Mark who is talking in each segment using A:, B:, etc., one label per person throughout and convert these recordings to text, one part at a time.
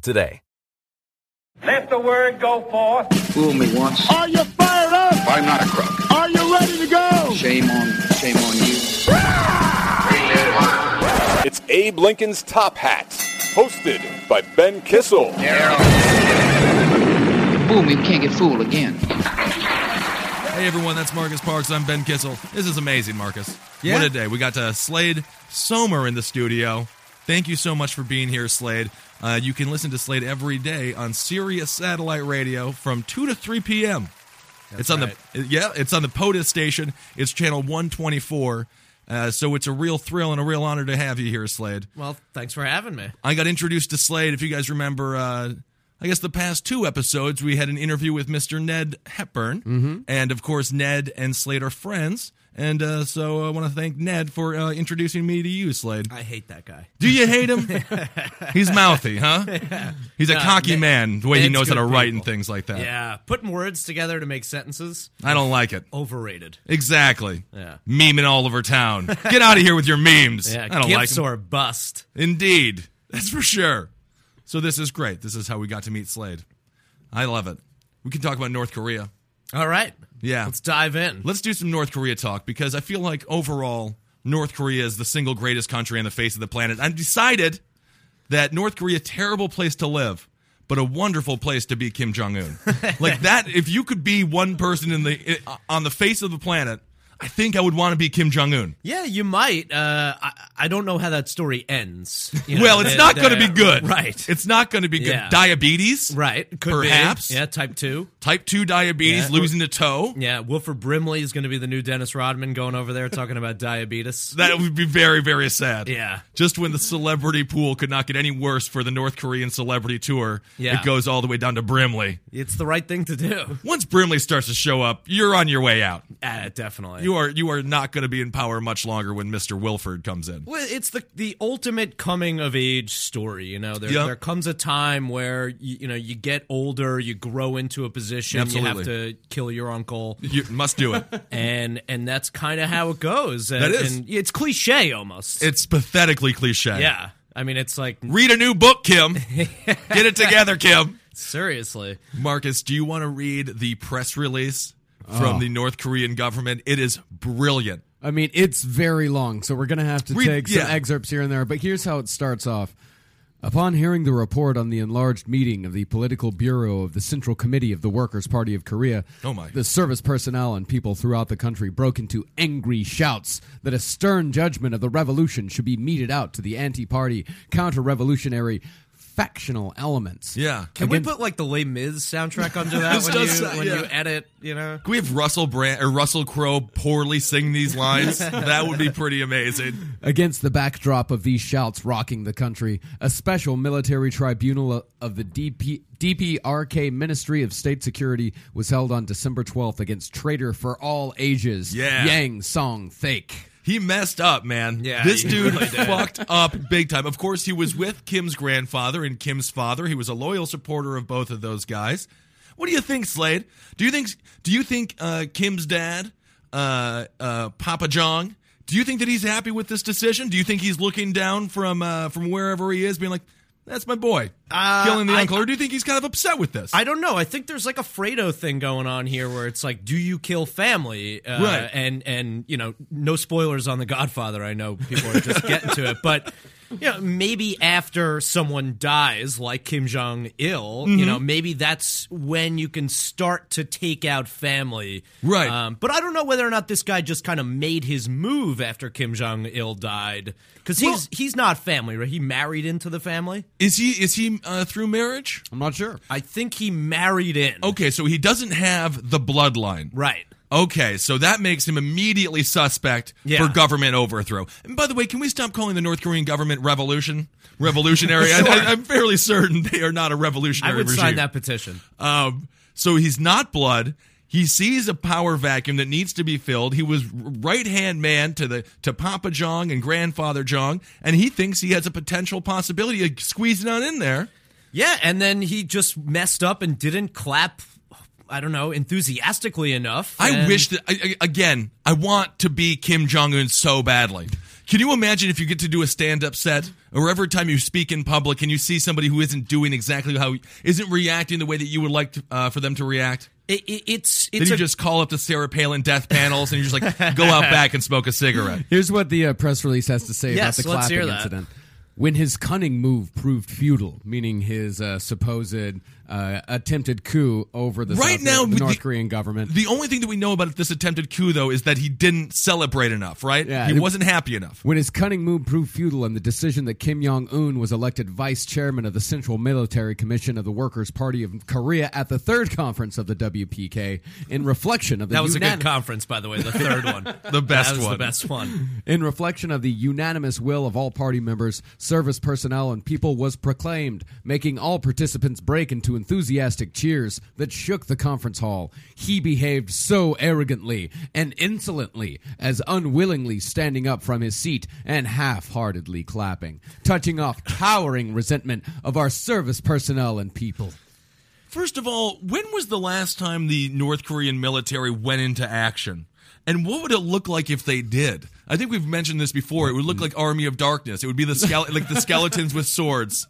A: today.
B: Let the word go forth.
C: Fool me once.
D: Are you fired up?
C: I'm not a crook.
D: Are you ready to go?
C: Shame on, shame on you.
E: It's Abe Lincoln's Top Hat, hosted by Ben Kissel.
C: Fool me, we can't get fooled again.
F: Hey everyone, that's Marcus Parks. I'm Ben Kissel. This is amazing, Marcus.
G: Yeah?
F: What a day. We got to Slade Somer in the studio. Thank you so much for being here, Slade. Uh, you can listen to Slade every day on Sirius Satellite Radio from 2 to 3 p.m. it's on the yeah, it's on the POTUS station. It's channel 124. Uh, so it's a real thrill and a real honor to have you here, Slade.
G: Well, thanks for having me.
F: I got introduced to Slade. If you guys remember, uh, I guess the past two episodes, we had an interview with Mr. Ned Hepburn.
G: Mm-hmm.
F: And of course, Ned and Slade are friends. And uh, so I want to thank Ned for uh, introducing me to you, Slade.
G: I hate that guy.
F: Do you hate him? He's mouthy, huh? He's a
G: Nah,
F: cocky
G: Ned-
F: man, the way he
G: Ned's
F: knows how to
G: good
F: write and
G: people.
F: things like that.
G: Yeah, putting words together to make sentences
F: I don't like it.
G: overrated.
F: Exactly.
G: Yeah.
F: Meme in Oliver Town. Get out of here with your memes.
G: Yeah,
F: I don't like
G: gifts
F: 'em.
G: or bust.
F: Indeed. That's for sure. So this is great. This is how we got to meet Slade. I love it. We can talk about North Korea.
G: All right.
F: Yeah.
G: Let's dive in.
F: Let's do some North Korea talk because I feel like overall, North Korea is the single greatest country on the face of the planet. I've decided that North Korea, terrible place to live, but a wonderful place to be Kim Jong Un. like that, if you could be one person in the i- on the face of the planet, I think I would want to be Kim Jong Un.
G: yeah, you might. Uh, I, I don't know how that story ends. You know,
F: Well, it's
G: the-
F: not going to
G: the-
F: be good,
G: Right.
F: It's not going to be good.
G: Yeah.
F: Diabetes,
G: right. Could be.
F: Perhaps.
G: Yeah, type two.
F: Type two diabetes,
G: Yeah.
F: losing a toe.
G: Yeah, Wilford Brimley is going to be the new Dennis Rodman going over there talking about diabetes.
F: That would be very, very sad.
G: Yeah.
F: Just when the celebrity pool could not get any worse for the North Korean celebrity tour,
G: Yeah.
F: it goes all the way down to Brimley.
G: It's the right thing to do.
F: Once Brimley starts to show up, you're on your way out.
G: Uh, definitely.
F: You are you are not going to be in power much longer when Mr. Wilford comes in.
G: Well, it's the the ultimate coming of age story. You know, there
F: Yeah.
G: there comes a time where you, you know you get older, you grow into a position, you
F: Absolutely.
G: have to kill your uncle,
F: You must do it.
G: and and that's kind of how it goes. And,
F: That is.
G: and it's cliche almost.
F: It's pathetically cliche.
G: yeah, I mean, it's like
F: Read a new book, Kim. get it together, Kim.
G: seriously.
F: Marcus, do you want to read the press release from
G: Oh.
F: the North Korean government? It is brilliant.
H: I mean, it's very long, so we're going to have to
F: We-
H: take some
F: yeah.
H: excerpts here and there. But here's how it starts off. Upon hearing the report on the enlarged meeting of the Political Bureau of the Central Committee of the Workers' Party of Korea,
F: Oh my.
H: the service personnel and people throughout the country broke into angry shouts that a stern judgment of the revolution should be meted out to the anti party, counter revolutionary, factional elements.
F: Yeah.
G: Can
H: Again-
G: we put like the Les Mis soundtrack under that
F: This
G: when,
F: does
G: you,
F: sound-
G: when
F: yeah.
G: you edit? You know,
F: Can we have Russell Brand or Russell Crowe poorly sing these lines? that would be pretty amazing.
H: Against the backdrop of these shouts rocking the country, a special military tribunal of the DP, DPRK Ministry of State Security was held on December 12th against traitor for all ages,
F: Yeah.
H: Yang Song Thake.
F: He messed up, man.
G: Yeah,
F: this
G: he
F: dude
G: really did.
F: fucked up big time. Of course, he was with Kim's grandfather and Kim's father. He was a loyal supporter of both of those guys. What do you think, Slade? Do you think do you think uh, Kim's dad, uh, uh, Papa Jong, do you think that he's happy with this decision? Do you think he's looking down from uh, from wherever he is, being like, "That's my boy, killing the
G: Uh, I-
F: uncle," or do you think he's kind of upset with this?
G: I don't know. I think there's like a Fredo thing going on here, where it's like, do you kill family? Uh,
F: Right.
G: And and you know, no spoilers on The Godfather. I know people are just getting to it, but you know, maybe after someone dies, like Kim Jong Il, you know, maybe that's when you can start to take out family, Um,
F: Right.
G: but I don't know whether or not this guy just kind of made his move after Kim Jong Il died, because he's he's not family, right? He married into the family.
F: Is he is he uh, through marriage?
H: I'm not sure.
G: I think he married in.
F: Okay, so he doesn't have the bloodline.
G: right.
F: Okay, so that makes him immediately suspect
G: Yeah.
F: for government overthrow. And by the way, can we stop calling the North Korean government revolution revolutionary? I- I, am fairly certain they are not a
G: I
F: revolutionary
G: would
F: regime.
G: sign that petition.
F: Um, so he's not blood. He sees a power vacuum that needs to be filled. He was right hand man to the to Papa Jong and Grandfather Jong, and he thinks he has a potential possibility of squeezing on in there.
G: Yeah, and then he just messed up and didn't clap. I don't know, enthusiastically enough.
F: I
G: and-
F: wish that I, I- again. I want to be Kim Jong Un so badly. Can you imagine if you get to do a stand up set, or every time you speak in public, and you see somebody who isn't doing exactly how isn't reacting the way that you would like to, uh, for them to react?
G: It, it, it's
F: Then
G: it's
F: you
G: a,
F: just call up the Sarah Palin death panels, and you just like go out back and smoke a cigarette.
H: Here's what the uh, press release has to say
G: Yes,
H: about the
G: let's
H: clapping
G: hear that.
H: incident. When his cunning move proved futile, meaning his uh, supposed uh, attempted coup over the,
F: Right
H: South-
F: now,
H: the
F: with
H: North
F: the-
H: Korean government,
F: The only thing that we know about this attempted coup, though, is that he didn't celebrate enough. Right?
H: Yeah,
F: he
H: it-
F: wasn't happy enough.
H: When his cunning move proved futile and the decision that Kim Jong un was elected vice chairman of the Central Military Commission of the Workers' Party of Korea at the third conference of the WPK, in reflection of the
G: that was a
H: unanim-
G: good conference, by the way. The third one,
F: The best
G: that was
F: one.
G: the best one.
H: in reflection of the unanimous will of all party members, service personnel, and people was proclaimed, making all participants break into enthusiastic cheers that shook the conference hall. He behaved so arrogantly and insolently as unwillingly standing up from his seat and half heartedly clapping, touching off towering resentment of our service personnel and people.
F: First of all, when was the last time the North Korean military went into action? And what would it look like if they did? I think we've mentioned this before. It would look like Army of Darkness. It would be the skele- like the skeletons with swords.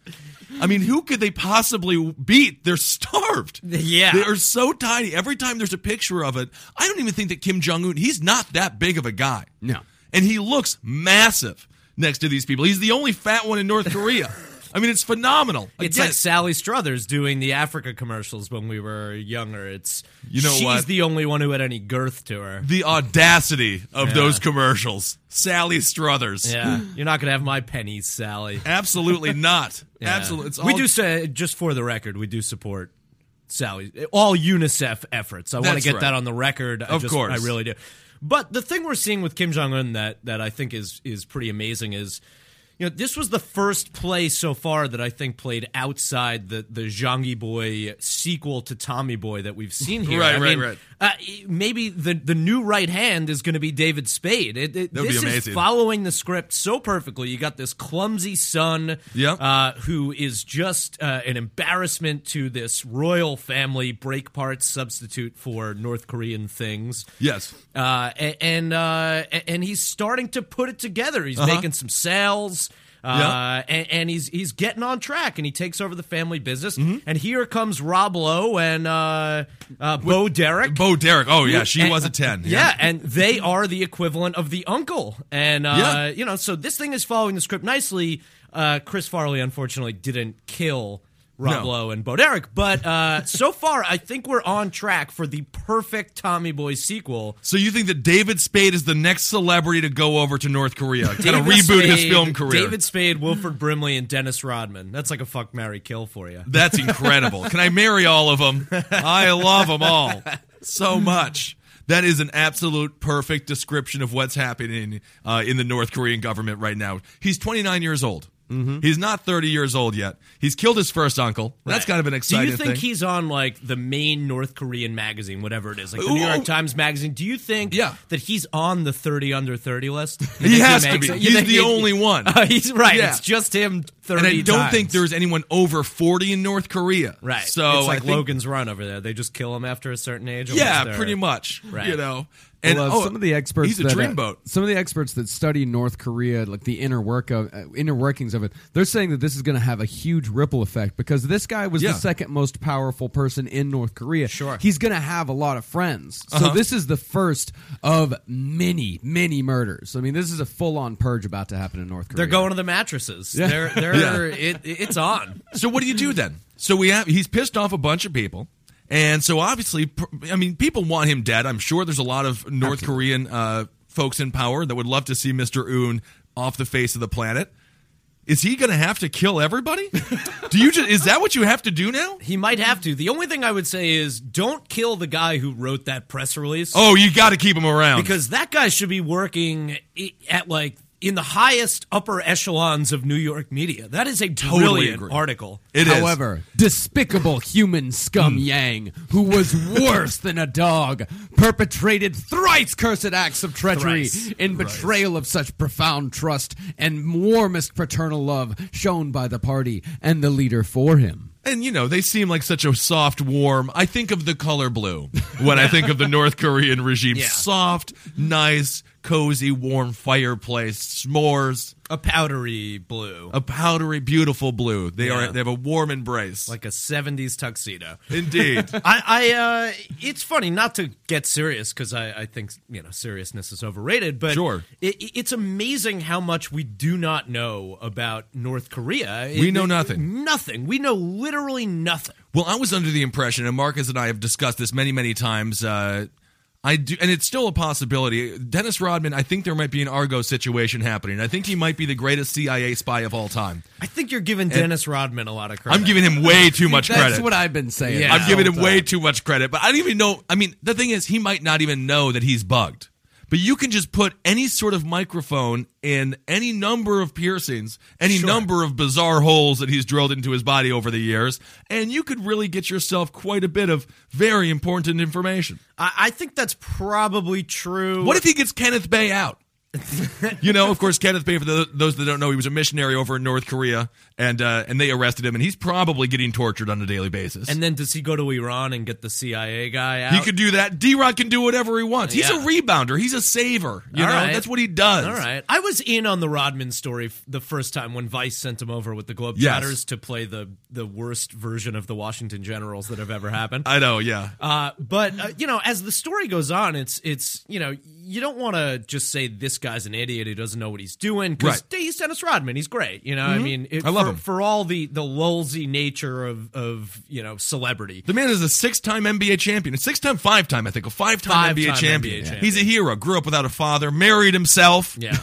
F: I mean, who could they possibly beat? They're starved.
G: Yeah.
F: They are so tiny. Every time there's a picture of it, I don't even think that Kim Jong Un, he's not that big of a guy.
H: No.
F: And he looks massive next to these people. He's the only fat one in North Korea. I mean, it's phenomenal.
G: It's
F: Again-
G: like Sally Struthers doing the Africa commercials when we were younger. It's
F: You know
G: she's
F: what?
G: the only one who had any girth to her.
F: the audacity of
G: Yeah.
F: those commercials. Sally Struthers.
G: Yeah, you're not gonna have my pennies, Sally.
F: Absolutely not.
G: Yeah.
F: Absolutely. It's
G: we
F: all-
G: do say just for the record, we do support Sally all UNICEF efforts. I want to
F: That's
G: get
F: right.
G: that on the record. I
F: Of
G: just,
F: course.
G: I really do. But the thing we're seeing with Kim Jong Un that that I think is is pretty amazing is. You know, this was the first play so far that I think played outside the the Zhangi Boy sequel to Tommy Boy that we've seen here.
F: Right,
G: I
F: right,
G: mean,
F: right.
G: Uh, maybe the the new right hand is going to be David Spade. It, it,
F: That would be
G: this
F: amazing.
G: is following the script so perfectly. You got this clumsy son,
F: Yep.
G: uh, who is just uh, an embarrassment to this royal family, break parts substitute for North Korean things.
F: Yes.
G: Uh, a- and uh, a- and he's starting to put it together. He's making some sales. Uh, and, and he's he's getting on track, and he takes over the family business. And here comes Rob Lowe and uh, uh, Bo Derek.
F: Bo Derek. Oh, yeah. She
G: And-
F: was a 10.
G: Yeah. and they are the equivalent of the uncle. And, uh,
F: Yeah.
G: you know, so this thing is following the script nicely. Uh, Chris Farley, unfortunately, didn't kill Rob
F: No.
G: Lowe and Bo Derek. But uh, so far, I think we're on track for the perfect Tommy Boy sequel.
F: So you think that David Spade is the next celebrity to go over to North Korea, kind of
G: David
F: reboot his
G: Spade-
F: film career?
G: David Spade, Wilford Brimley, and Dennis Rodman. That's like a fuck, marry, kill for you.
F: That's incredible. Can I marry all of them? I love them all so much. That is an absolute perfect description of what's happening uh, in the North Korean government right now. He's 29 years old.
G: Mm-hmm.
F: He's not 30 years old yet. He's killed his first uncle. That's kind of an exciting
G: Do you think
F: thing.
G: he's on like the main North Korean magazine, whatever it is, like the New
F: Ooh.
G: York Times magazine? Do you think
F: Yeah.
G: that he's on the thirty under thirty list? You think
F: He has to
G: makes
F: be.
G: it? You
F: He's
G: think
F: the
G: he-
F: only one.
G: Uh, he's right.
F: Yeah.
G: It's just him thirty.
F: and I don't
G: times.
F: think there's anyone over 40 in North Korea.
G: right.
F: So
G: it's like
F: I think,
G: Logan's Run over there. They just kill him after a certain age. unless
F: Yeah,
G: they're-
F: pretty much.
G: Right.
F: You know, And
H: Well, uh,
F: oh,
H: some of the experts
F: he's a
H: that, uh,
F: dreamboat.
H: some of the experts that study North Korea, like the inner work of uh, inner workings of it, they're saying that this is going to have a huge ripple effect because this guy was
F: Yeah.
H: the second most powerful person in North Korea.
G: Sure.
H: he's going to have a lot of friends. So
F: Uh-huh.
H: this is the first of many, many murders. I mean, this is a full-on purge about to happen in North Korea.
G: They're going to the mattresses. They're, they're, it, it's on.
F: So what do you do then? So we have he's pissed off a bunch of people. And so obviously pr- I mean people want him dead. I'm sure there's a lot of North Korean uh, folks in power that would love to see Mr. Oon off the face of the planet. Is he going to have to kill everybody? do you just is that what you have to do now?
G: He might have to. The only thing I would say is don't kill the guy who wrote that press release.
F: Oh, you got to keep him around.
G: because that guy should be working i- at like in the highest upper echelons of New York media. That is a brilliant
F: agree.
G: article.
F: it is.
H: However, despicable human scum
F: Hmm.
H: Yang, who was worse than a dog, perpetrated thrice cursed acts of treachery
G: Thrice.
H: in betrayal of such profound trust and warmest paternal love shown by the party and the leader for him.
F: and you know, they seem like such a soft, warm. I think of the color blue when I think of the North Korean regime.
G: Yeah.
F: Soft, nice, cozy, warm fireplace, s'mores.
G: A powdery blue,
F: a powdery, beautiful blue. They
G: Yeah.
F: are they have a warm embrace.
G: like a '70s tuxedo.
F: indeed.
G: I, I uh, it's funny not to get serious because I, I think you know seriousness is overrated, but
F: Sure.
G: i- i- it's amazing how much we do not know about North Korea.
F: We
G: It-
F: know
G: it-
F: nothing.
G: nothing. We know literally nothing.
F: well, I was under the impression, and Marcus and I have discussed this many, many times. Uh, I do, and it's still a possibility. Dennis Rodman. I think there might be an Argo situation happening. I think he might be the greatest CIA spy of all time.
G: I think you're giving Dennis Rodman a lot of credit.
F: I'm giving him way too much
H: That's
F: credit.
H: what I've been saying.
G: Yeah.
H: this
F: I'm giving
H: whole
F: him way
H: time.
F: too much credit, but I don't even know. I mean, the thing is, he might not even know that he's bugged. But you can just put any sort of microphone in any number of piercings, any number of bizarre holes that he's drilled into his body over the years, and you could really get yourself quite a bit of very important information.
G: I, I think that's probably true.
F: What if he gets Kenneth Bay out? you know, of course, Kenneth Bay. For tho- those that don't know, he was a missionary over in North Korea, and uh, and they arrested him, and he's probably getting tortured on a daily basis.
G: And then does he go to Iran and get the CIA guy out?
F: He could do that. D Rock can do whatever he wants. He's
G: Yeah.
F: a rebounder. He's a saver. You
G: All
F: know,
G: right.
F: that's what he does.
G: All right. I was in on the Rodman story f- the first time when Vice sent him over with the Globetrotters
F: Yes.
G: to play the the worst version of the Washington Generals that have ever happened.
F: I know. Yeah.
G: Uh, but uh, you know, as the story goes on, it's it's you know you don't want to just say this guy's an idiot who doesn't know what he's doing because
F: Right. Mm-hmm.
G: he's Dennis Rodman, he's great. You know, I mean, it,
F: I love
G: for,
F: him.
G: for all the the lulzy nature of of you know celebrity.
F: The man is a six-time NBA champion, a six-time, five-time, I think, a five-time,
G: Five-time
F: NBA, champion.
G: NBA champion.
F: He's a hero. Grew up without a father. Married himself.
G: Yeah,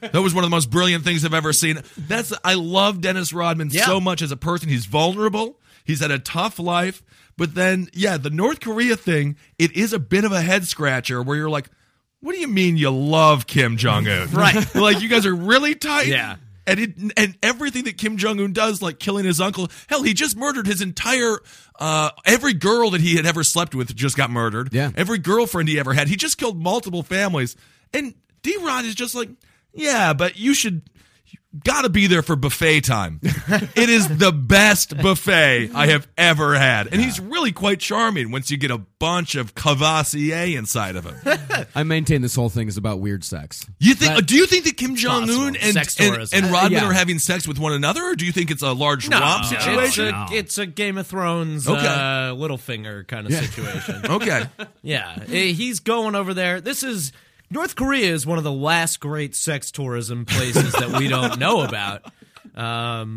F: That was one of the most brilliant things I've ever seen. That's I love Dennis Rodman
G: Yeah.
F: so much as a person. He's vulnerable. He's had a tough life, but then yeah, the North Korea thing, it is a bit of a head scratcher where you're like, what do you mean you love Kim Jong Un?
G: Right.
F: like you guys are really tight.
G: Yeah.
F: And it, and everything that Kim Jong Un does, like killing his uncle, hell, he just murdered his entire uh, every girl that he had ever slept with just got murdered.
H: Yeah.
F: every girlfriend he ever had, he just killed multiple families. And D Rod is just like, yeah, but you should you gotta be there for buffet time. it is the best buffet I have ever had, and he's really quite charming once you get a bunch of Cavassier inside of him.
H: I maintain this whole thing is about weird sex.
F: You think? do you think that Kim Jong Un
G: possible.
F: and,
G: Sex
F: and
G: tourism.
F: and Rodman
H: yeah.
F: are having sex with one another, or do you think it's a large romp
G: it's
F: situation?
G: a, it's a Game of Thrones,
F: Okay.
G: uh, Littlefinger kind of situation.
F: Okay,
G: Yeah, eh, he's going over there. This is North Korea is one of the last great sex tourism places that we don't know about. Um,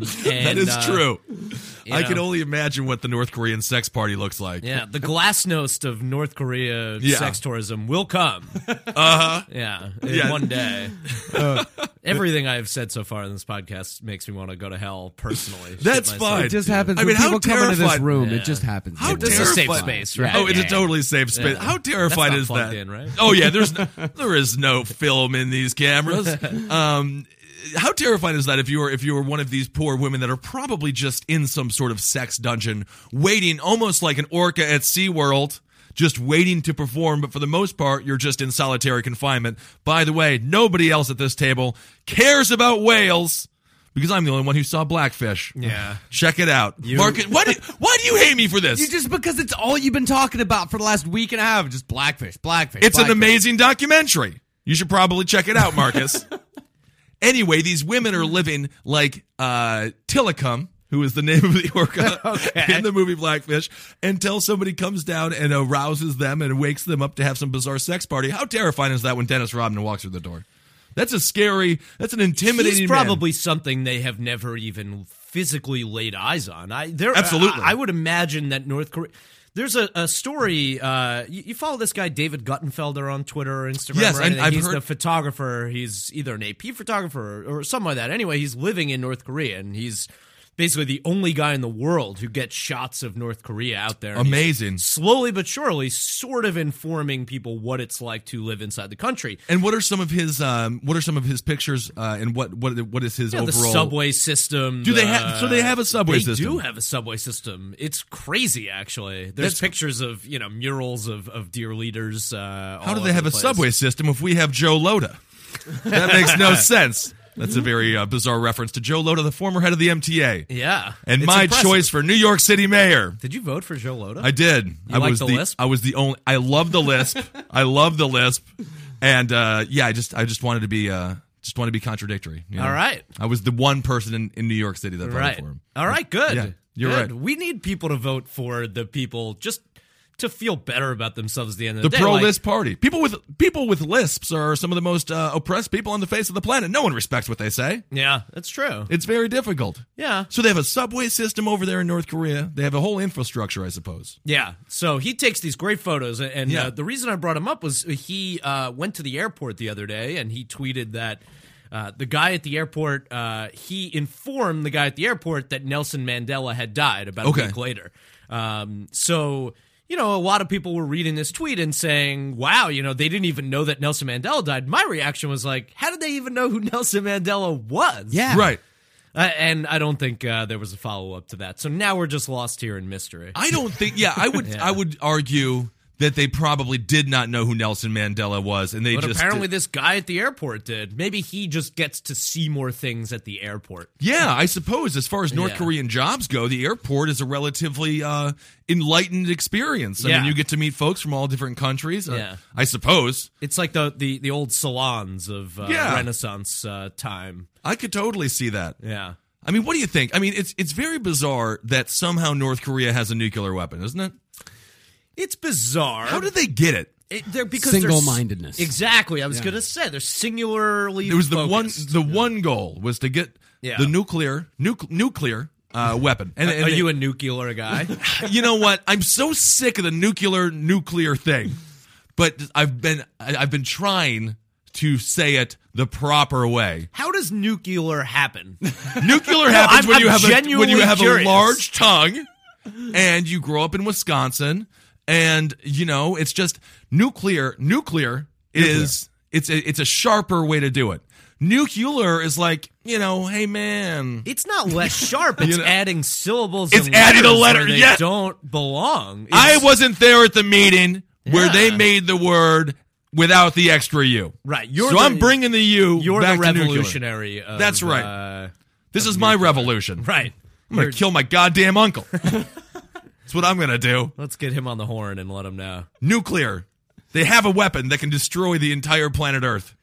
F: that
G: and,
F: is
G: uh,
F: true. I
G: know.
F: can only imagine what the North Korean sex party looks like.
G: Yeah, the glasnost of North Korea
F: Yeah. Uh-huh.
G: sex tourism will come. Uh huh. Yeah, in
F: Yeah. Uh.
G: one day. Everything I have said so far in this podcast makes me want to go to hell personally. Shit
F: That's
G: myself.
F: fine.
H: It just happens.
F: I mean,
H: when
F: how
H: people come into this
F: terrified-
H: room.
G: Yeah.
H: It just happens.
F: How
H: It
G: It's a
F: terrified-
H: works.
G: safe space, right?
F: Oh, it's
G: Yeah.
F: a totally safe space.
G: Yeah.
F: How terrified
G: That's not
F: is
G: plugged
F: that?
G: in, right?
F: Oh yeah, there's no, there is no film in these cameras. Um, how terrified is that if you are if you are one of these poor women that are probably just in some sort of sex dungeon, waiting almost like an orca at SeaWorld. Just waiting to perform, but for the most part, you're just in solitary confinement. By the way, nobody else at this table cares about whales because I'm the only one who saw Blackfish.
I: Yeah.
F: Check it out. Mark it. Why do, why do you hate me for this?
I: You just because it's all you've been talking about for the last week and a half, just blackfish, blackfish.
F: It's an
I: blackfish.
F: amazing documentary. You should probably check it out, Marcus. anyway, these women are living like uh, Tillicum, who is the name of the orca in the movie Blackfish, until somebody comes down and arouses them and wakes them up to have some bizarre sex party. How terrifying is that when Dennis Rodman walks through the door? That's a scary. That's an intimidating.
G: He's
F: man.
G: probably something they have never even physically laid eyes on. I there
F: Absolutely.
G: I, I would imagine that North Korea. There's a, a story. Uh, you, you follow this guy David Guttenfelder on Twitter or Instagram.
F: Yes,
G: or
F: I-
G: anything.
F: I've
G: he's
F: heard-
G: the photographer. He's either an AP photographer or, or something like that. Anyway, he's living in North Korea and he's basically the only guy in the world who gets shots of North Korea out there. And he's
F: amazing.
G: Slowly but surely, sort of informing people what it's like to live inside the country.
F: And what are some of his um, what are some of his pictures uh, and what what what is his
G: Yeah,
F: overall
G: the subway system.
F: Do they
G: the-
F: have- so they have a subway
G: they
F: system?
G: do have a subway system. It's crazy, actually. There's
F: That's-
G: pictures of you know murals of of deer leaders.
F: How
G: Uh, all
F: do
G: over
F: they have
G: the
F: a
G: place.
F: subway system if we have Joe Loda? That makes no sense. That's a very uh, bizarre reference to Joe Loda, the former head of the MTA.
G: Yeah,
F: And
G: It's
F: my
G: impressive.
F: choice for New York City mayor.
G: Did you vote for Joe Loda?
F: I did. I
G: like
F: was
G: the lisp?
F: I was the only. I love the lisp. I love the lisp. And uh, yeah, I just I just wanted to be uh, just wanted to be contradictory. you know?
G: All right.
F: I was the one person in, in New York City that voted
G: Right.
F: for him.
G: All right. Good.
F: Yeah, you're
G: Good.
F: right.
G: We need people to vote for the people just to feel better about themselves at the end of
F: The
G: the, day.
F: pro
G: Like,
F: lisp party. People with people with lisps are some of the most uh, oppressed people on the face of the planet. No one respects what they say.
G: Yeah, that's true.
F: It's very difficult.
G: yeah.
F: So they have a subway system over there in North Korea. They have a whole infrastructure, I suppose.
G: Yeah. So he takes these great photos, and
F: Yeah.
G: uh, the reason I brought him up was he uh, went to the airport the other day, and he tweeted that. Uh, the guy at the airport, uh, he informed the guy at the airport that Nelson Mandela had died about
F: Okay.
G: a week later. Um, so, you know, a lot of people were reading this tweet and saying, wow, you know, they didn't even know that Nelson Mandela died. My reaction was like, how did they even know who Nelson Mandela was?
I: Yeah.
F: Right.
G: Uh, and I don't think uh, there was a follow up to that. So now we're just lost here in mystery.
F: I don't think. Yeah, I would. I would argue that they probably did not know who Nelson Mandela was, and they
G: But
F: just
G: apparently, this guy at the airport did. Maybe he just gets to see more things at the airport.
F: Yeah, I suppose as far as North
G: Yeah.
F: Korean jobs go, the airport is a relatively uh, enlightened experience. I
G: Yeah.
F: mean, you get to meet folks from all different countries. uh,
G: Yeah.
F: I suppose
G: It's like the the, the old salons of uh,
F: Yeah.
G: Renaissance uh, time.
F: I could totally see that.
G: Yeah,
F: I mean, what do you think? I mean, it's it's very bizarre that somehow North Korea has a nuclear weapon, isn't it?
G: it's bizarre.
F: How did they get it?
G: It, they're because they're s-
H: Single-mindedness.
G: Exactly. I was gonna say they're singularly.
F: It was the
G: focused.
F: one. The one goal was to get
G: Yeah.
F: the nuclear nuc- nuclear uh, weapon. And, and
G: Are
F: they-
G: you a nuclear guy?
F: you know what? I'm so sick of the nuclear nuclear thing, but I've been I- I've been trying to say it the proper way.
G: How does nuclear happen?
F: Nuclear happens
G: I'm-
F: when
G: I'm
F: you have a, when you
G: genuinely
F: have
G: curious.
F: a large tongue, and you grow up in Wisconsin, and you know it's just nuclear. Nuclear, is it's a, it's a sharper way to do it. Nuclear is like you know, hey man,
G: It's not less sharp. It's
F: know-
G: adding syllables.
F: It's
G: and
F: adding a
G: letters
F: letter,
G: Where they
F: yes.
G: don't belong.
F: I
G: It's-
F: wasn't there at the meeting where
G: Yeah.
F: they made the word without the extra U.
G: Right, you're
F: so
G: the-
F: I'm bringing the U
G: You're
F: back
G: the
F: to nuclear.
G: revolutionary. Of,
F: That's right.
G: Uh,
F: This is my revolution.
G: right.
F: I'm going
G: You're-
F: to kill my goddamn uncle. That's what I'm going to do.
G: Let's get him on the horn and let him know.
F: Nuclear. They have a weapon that can destroy the entire planet Earth.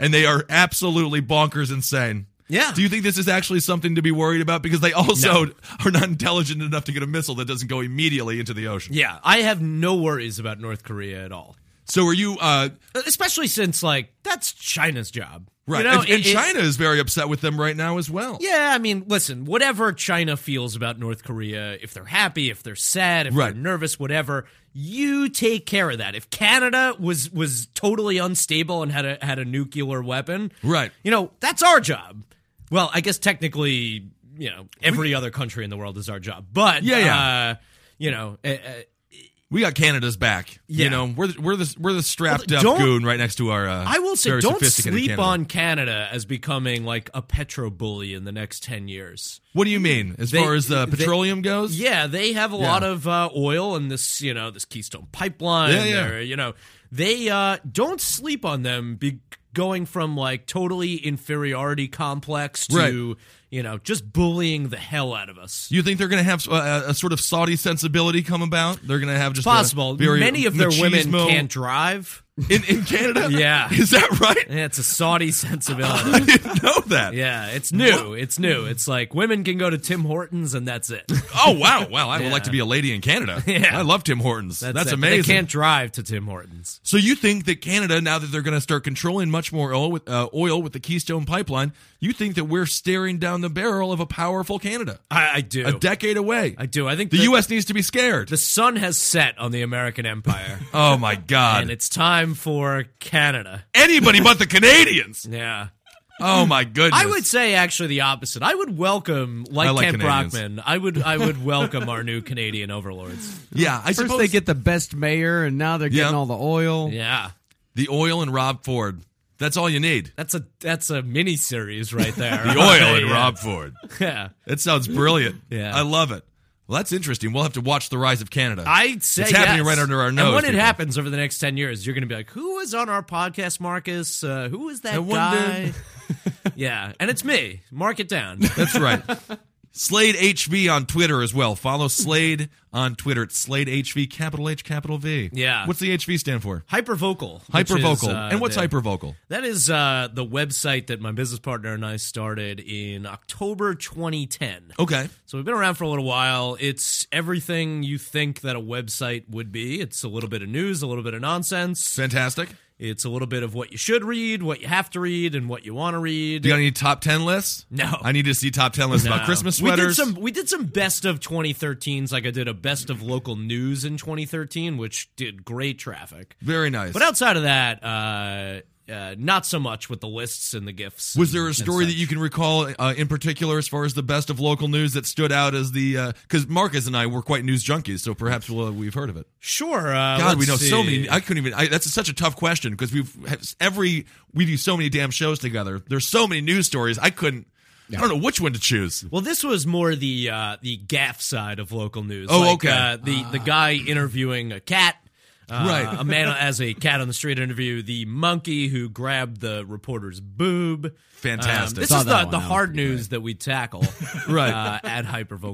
F: And they are absolutely bonkers insane.
G: Yeah.
F: Do you think this is actually something to be worried about? Because they also are not intelligent enough to get a missile that doesn't go immediately into the ocean.
G: Yeah, I have no worries about North Korea at all.
F: So are you uh,
G: Especially since like that's China's job. You
F: Right.
G: know,
F: and, and
G: it- it-
F: China is very upset with them right now as well.
G: yeah, I mean, listen, whatever China feels about North Korea, if they're happy, if they're sad, if
F: Right.
G: they're nervous, whatever, you take care of that. If Canada was was totally unstable and had a had a nuclear weapon,
F: Right.
G: You know, that's our job. Well, I guess technically, you know, every other country in the world is our job. But
F: Yeah, yeah.
G: uh, you know, uh, uh,
F: We got Canada's back. You
G: Yeah.
F: know, we're the, we're the we're the strapped
G: Well,
F: up
G: don't-
F: goon right next to our. Uh,
G: I will say,
F: very
G: don't
F: sophisticated
G: sleep
F: Canada.
G: on Canada as becoming like a petro bully in the next 10 years.
F: What do you mean as
G: They-
F: far as uh,
G: they-
F: petroleum goes?
G: Yeah, they have a lot of uh, oil and this, you know, this Keystone pipeline.
F: Yeah, yeah.
G: they're, You know, they uh, don't sleep on them be- going from like totally inferiority complex to
F: Right.
G: you know just bullying the hell out of us.
F: You think they're going to have uh, a, a sort of Saudi sensibility come about? They're going to have just a
G: Possible.
F: very
G: Many of their women
F: machismo-
G: can't drive.
F: in, in Canada.
G: Yeah.
F: is that right?
G: Yeah, it's a Saudi sensibility.
F: I didn't know that.
G: Yeah, it's new. It's new. It's like women can go to Tim Hortons and that's it. That's,
F: Oh wow, wow! I would like to be a lady in Canada. I love Tim Hortons. That's,
G: it. But
F: amazing.
G: They can't drive to Tim Hortons.
F: So you think that Canada, now that they're going to start controlling much more oil with, uh, oil with the Keystone Pipeline, you think that we're staring down the barrel of a powerful Canada
G: I, I do.
F: a decade away?
G: I do. I think
F: the,
G: the-
F: U.S. needs to be scared.
G: The sun has set on the American empire,
F: oh my
G: and
F: God!
G: it's time for Canada.
F: Anybody but the Canadians.
G: Yeah.
F: Oh my goodness!
G: I would say actually the opposite. I would welcome,
F: I
G: like,
F: like
G: Kent
F: Canadians.
G: Brockman, I would I would welcome our new Canadian overlords.
F: Yeah, I
H: First
F: suppose
H: they get the best mayor, and now they're getting
F: Yeah.
H: all the oil.
G: Yeah,
F: the oil and Rob Ford. That's all you need.
G: that's a that's a mini series right there.
F: The oil and
G: Yeah.
F: Rob Ford.
G: Yeah,
F: That sounds brilliant.
G: Yeah.
F: I love it. Well, that's interesting. We'll have to watch the rise of Canada.
G: I say
F: it's happening
G: yes.
F: right under our nose.
G: And when it
F: people.
G: happens over the next ten years, you're going to be like, "Who was on our podcast, Marcus? Uh, who was
F: I
G: that guy?"
F: wonder-
G: yeah, and it's me. Mark it down.
F: That's right. Slade HV on Twitter as well. Follow Slade on Twitter. It's Slade HV, capital H, capital V.
G: Yeah.
F: What's the HV stand for?
G: Hypervocal. which is,
F: Hypervocal.
G: uh,
F: and what's
G: the-
F: hypervocal?
G: That is uh, the website that my business partner and I started in October 2010.
F: Okay.
G: So we've been around for a little while. It's everything you think that a website would be. It's a little bit of news, a little bit of nonsense.
F: Fantastic.
G: It's a little bit of what you should read, what you have to read, and what you want to read.
F: Do you got any top 10 lists?
G: No.
F: I need to see top 10 lists
G: No.
F: about Christmas sweaters.
G: We did some we did some best of 2013s like I did a best of local news in 2013 which did great traffic.
F: Very nice.
G: But outside of that uh, uh not so much with the lists and the gifts.
F: was
G: and-
F: there a
G: and
F: story that
G: such.
F: you can recall uh, in particular as far as the best of local news that stood out as the because Marcus and I were quite news junkies, so perhaps we'll, we've heard of it.
G: Sure. Uh,
F: God, we
G: let's
F: know so
G: see.
F: many. I couldn't even. I, that's such a tough question because we've have every we do so many damn shows together. There's so many news stories. I couldn't. I don't know which one to choose.
G: Well, this was more the uh, the gaff side of local news.
F: Oh,
G: Like,
F: okay.
G: Uh, the the guy interviewing a cat. Uh,
F: Right.
G: a man as a cat on the street interview, the monkey who grabbed the reporter's boob. Um,
F: Fantastic.
G: this
H: Saw
G: is
H: that
G: the,
H: one.
G: the
H: That was
G: hard
H: pretty
G: news that we tackle
F: Right.
G: uh, at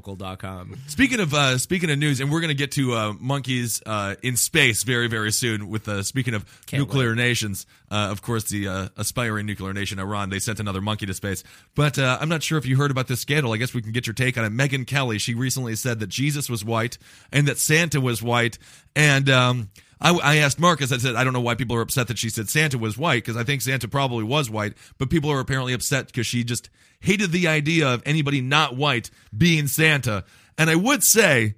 G: hypervocal.com.
F: Speaking of uh, speaking of news, and we're gonna get to uh, monkeys uh, in space very very soon. With uh, speaking of nuclear nations, uh, of course the uh, aspiring nuclear nation Iran, they sent another monkey to space. But uh, I'm not sure if you heard about this scandal. I guess we can get your take on it. Megan Kelly, she recently said that Jesus was white and that Santa was white, and um, I, I asked Marcus. I said, I don't know why people are upset that she said Santa was white because I think Santa probably was white, but people are apparently upset because she just hated the idea of anybody not white being Santa. And I would say,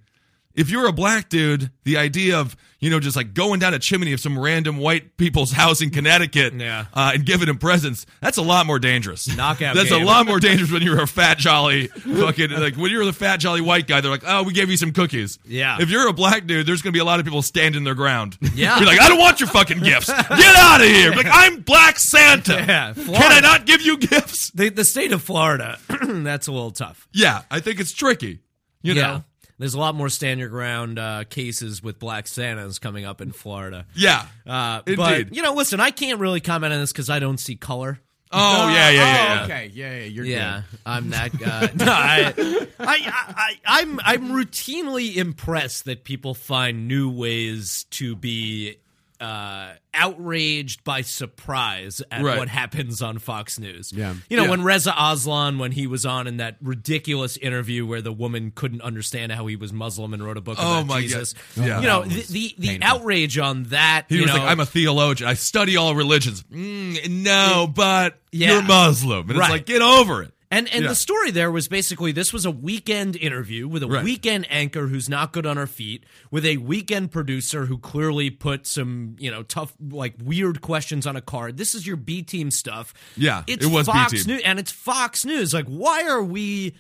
F: if you're a black dude, the idea of you know just like going down a chimney of some random white people's house in Connecticut
G: Yeah.
F: uh, and giving them presents—that's a lot more dangerous.
G: Knockout
F: That's
G: game.
F: a lot more dangerous when you're a fat jolly fucking like when you're the fat jolly white guy. They're like, oh, we gave you some cookies.
G: Yeah.
F: If you're a black dude, there's gonna be a lot of people standing their ground.
G: Yeah.
F: You're like, I don't want your fucking gifts. Get out of here. Be Like I'm Black Santa.
G: Yeah,
F: Can I
G: Florida.
F: not give you gifts?
G: The, the state of Florida, that's a little tough.
F: Yeah, I think it's tricky. You know.
G: There's a lot more stand your ground uh, cases with black Santas coming up in Florida.
F: Yeah.
G: Uh,
F: Indeed.
G: But, you know, listen, I can't really comment on this because I don't see color.
F: oh yeah, yeah, yeah. yeah.
H: Okay, yeah, yeah, you're
G: Yeah, I'm that guy. no, I, I, I, I, am I'm routinely impressed that people find new ways to be uh, outraged by surprise at
F: Right.
G: what happens on Fox News.
H: Yeah.
G: you know
F: Yeah.
G: when Reza Aslan when he was on in that ridiculous interview where the woman couldn't understand how he was Muslim and wrote a book
F: Oh
G: about
F: my God.
G: Jesus.
F: Yeah.
G: You know the the, the outrage on that.
F: He
G: you
F: was
G: know,
F: like, I'm a theologian. I study all religions. Mm, no, but
G: Yeah.
F: you're Muslim. And
G: Right.
F: it's like, get over it.
G: And and
F: Yeah.
G: the story there was basically this was a weekend interview with a
F: Right.
G: weekend anchor who's not good on her feet, with a weekend producer who clearly put some you know tough like weird questions on a card. This is your B team stuff.
F: Yeah,
G: it's
F: it was
G: Fox
F: B-team.
G: News, and it's Fox News. Like, why are we?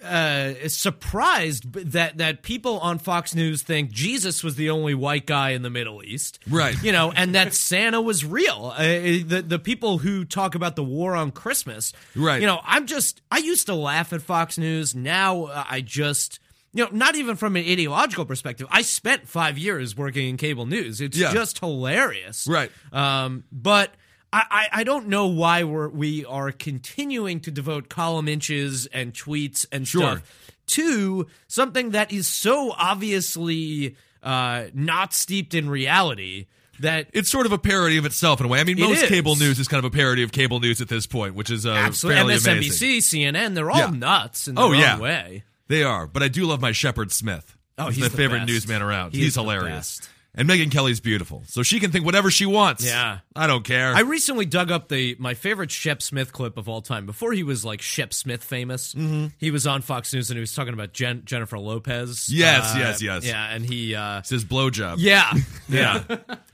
G: Uh, surprised b- that that people on Fox News think Jesus was the only white guy in the Middle East,
F: Right.
G: You know, and that Santa was real. Uh, the the people who talk about the war on Christmas,
F: Right.
G: You know, I'm just I used to laugh at Fox News. Now uh, I just you know, not even from an ideological perspective. I spent five years working in cable news. It's
F: Yeah.
G: just hilarious,
F: Right.
G: Um, but I, I I don't know why we're we are continuing to devote column inches and tweets and
F: Sure.
G: stuff to something that is so obviously uh, not steeped in reality that
F: It's sort of a parody of itself in a way. I mean,
G: It
F: most
G: is.
F: cable news is kind of a parody of cable news at this point, which is uh,
G: absolutely
F: fairly
G: MSNBC,
F: amazing.
G: CNN, they're all
F: Yeah.
G: nuts in their
F: Oh
G: own
F: yeah,
G: way.
F: they are. But I do love my Shepard Smith.
G: Oh, he's
F: my
G: the
F: favorite
G: best.
F: newsman around.
G: He
F: he's
G: is the
F: hilarious.
G: best.
F: And Megan Kelly's beautiful, so she can think whatever she wants.
G: Yeah.
F: I don't care.
G: I recently dug up the my favorite Shep Smith clip of all time. Before he was like Shep Smith famous,
F: Mm-hmm.
G: he was on Fox News and he was talking about Jen- Jennifer Lopez. Uh,
F: Yes, yes, yes.
G: Yeah, and he. Uh,
F: it's his blowjob.
G: yeah,
F: yeah.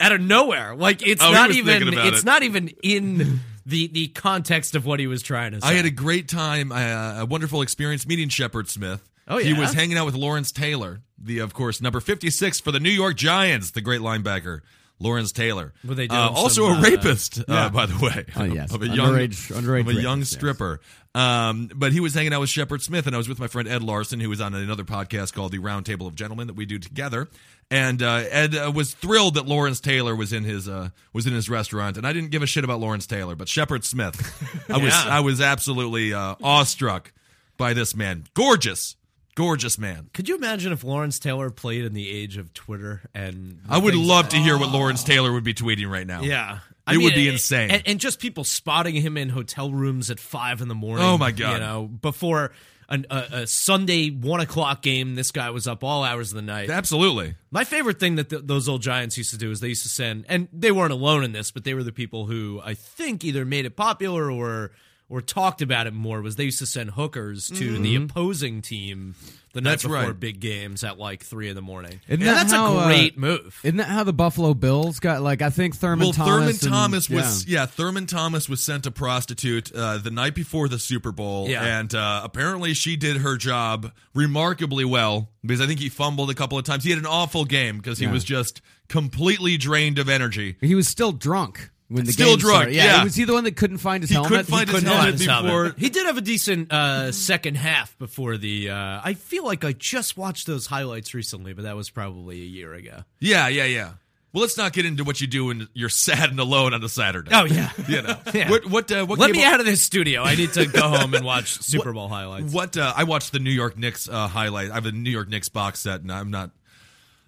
G: out of nowhere, like it's
F: Oh, he
G: not
F: was thinking
G: even
F: about
G: it's
F: it.
G: not even in the the context of what he was trying to say.
F: I had a great time, uh, a wonderful experience meeting Shepard Smith.
G: Oh,
F: He
G: yeah?
F: was hanging out with Lawrence Taylor, the, of course, number 56 for the New York Giants, the great linebacker, Lawrence Taylor.
G: Were they doing
F: uh, also
G: some,
F: a
G: uh,
F: rapist, uh, by the way.
H: Oh, yes.
F: Of a young,
H: Underage- underage
F: of a young
H: rapist, yes.
F: stripper. Um, but he was hanging out with Shepard Smith, and I was with my friend Ed Larson, who was on another podcast called The Roundtable of Gentlemen that we do together. And uh, Ed uh, was thrilled that Lawrence Taylor was in his uh, was in his restaurant, and I didn't give a shit about Lawrence Taylor, but Shepard Smith, I was I was absolutely uh, awestruck by this man, gorgeous, gorgeous man.
G: Could you imagine if Lawrence Taylor played in the age of Twitter and
F: I would love to hear what Lawrence Taylor would be tweeting right now.
G: Yeah.
F: It would be insane.
G: And, and just people spotting him in hotel rooms at five in the morning.
F: Oh, my God.
G: You know, before an, a, a Sunday one o'clock game, this guy was up all hours of the night.
F: absolutely.
G: my favorite thing that th- those old Giants used to do is they used to send, and they weren't alone in this, but they were the people who I think either made it popular or or talked about it more. Was they used to send hookers to the opposing team the night
F: Mm-hmm. That's
G: before
F: right.
G: big games at like three in the morning.
H: Isn't
G: Yeah,
H: that
G: that's
H: how,
G: a
H: uh,
G: great move.
H: Isn't that how the Buffalo Bills got like I think Thurman
F: Well, Thurman
H: Thomas? and-
F: Thomas was
H: yeah.
F: yeah. Thurman Thomas was sent to prostitute uh, the night before the Super Bowl,
G: Yeah.
F: and uh, apparently she did her job remarkably well because I think he fumbled a couple of times. He had an awful game because he was just completely drained of energy.
H: He was still drunk when the
F: Still
H: game
F: drunk,
H: started.
F: yeah.
H: was he the one that couldn't find his
F: He
H: helmet?
F: couldn't find his
H: couldn't
F: helmet
H: find
F: before-
G: he did have a decent uh, second half before the. Uh, I feel like I just watched those highlights recently, but that was probably a year ago.
F: Yeah, yeah, yeah. Well, let's not get into what you do when you're sad and alone on a Saturday.
G: Oh yeah.
F: you know
G: Yeah.
F: what? What? Uh, what
G: Let
F: cable-
G: me out of this studio. I need to go home and watch Super Bowl highlights.
F: What uh, I watched the New York Knicks uh, highlight. I have a New York Knicks box set, and I'm not.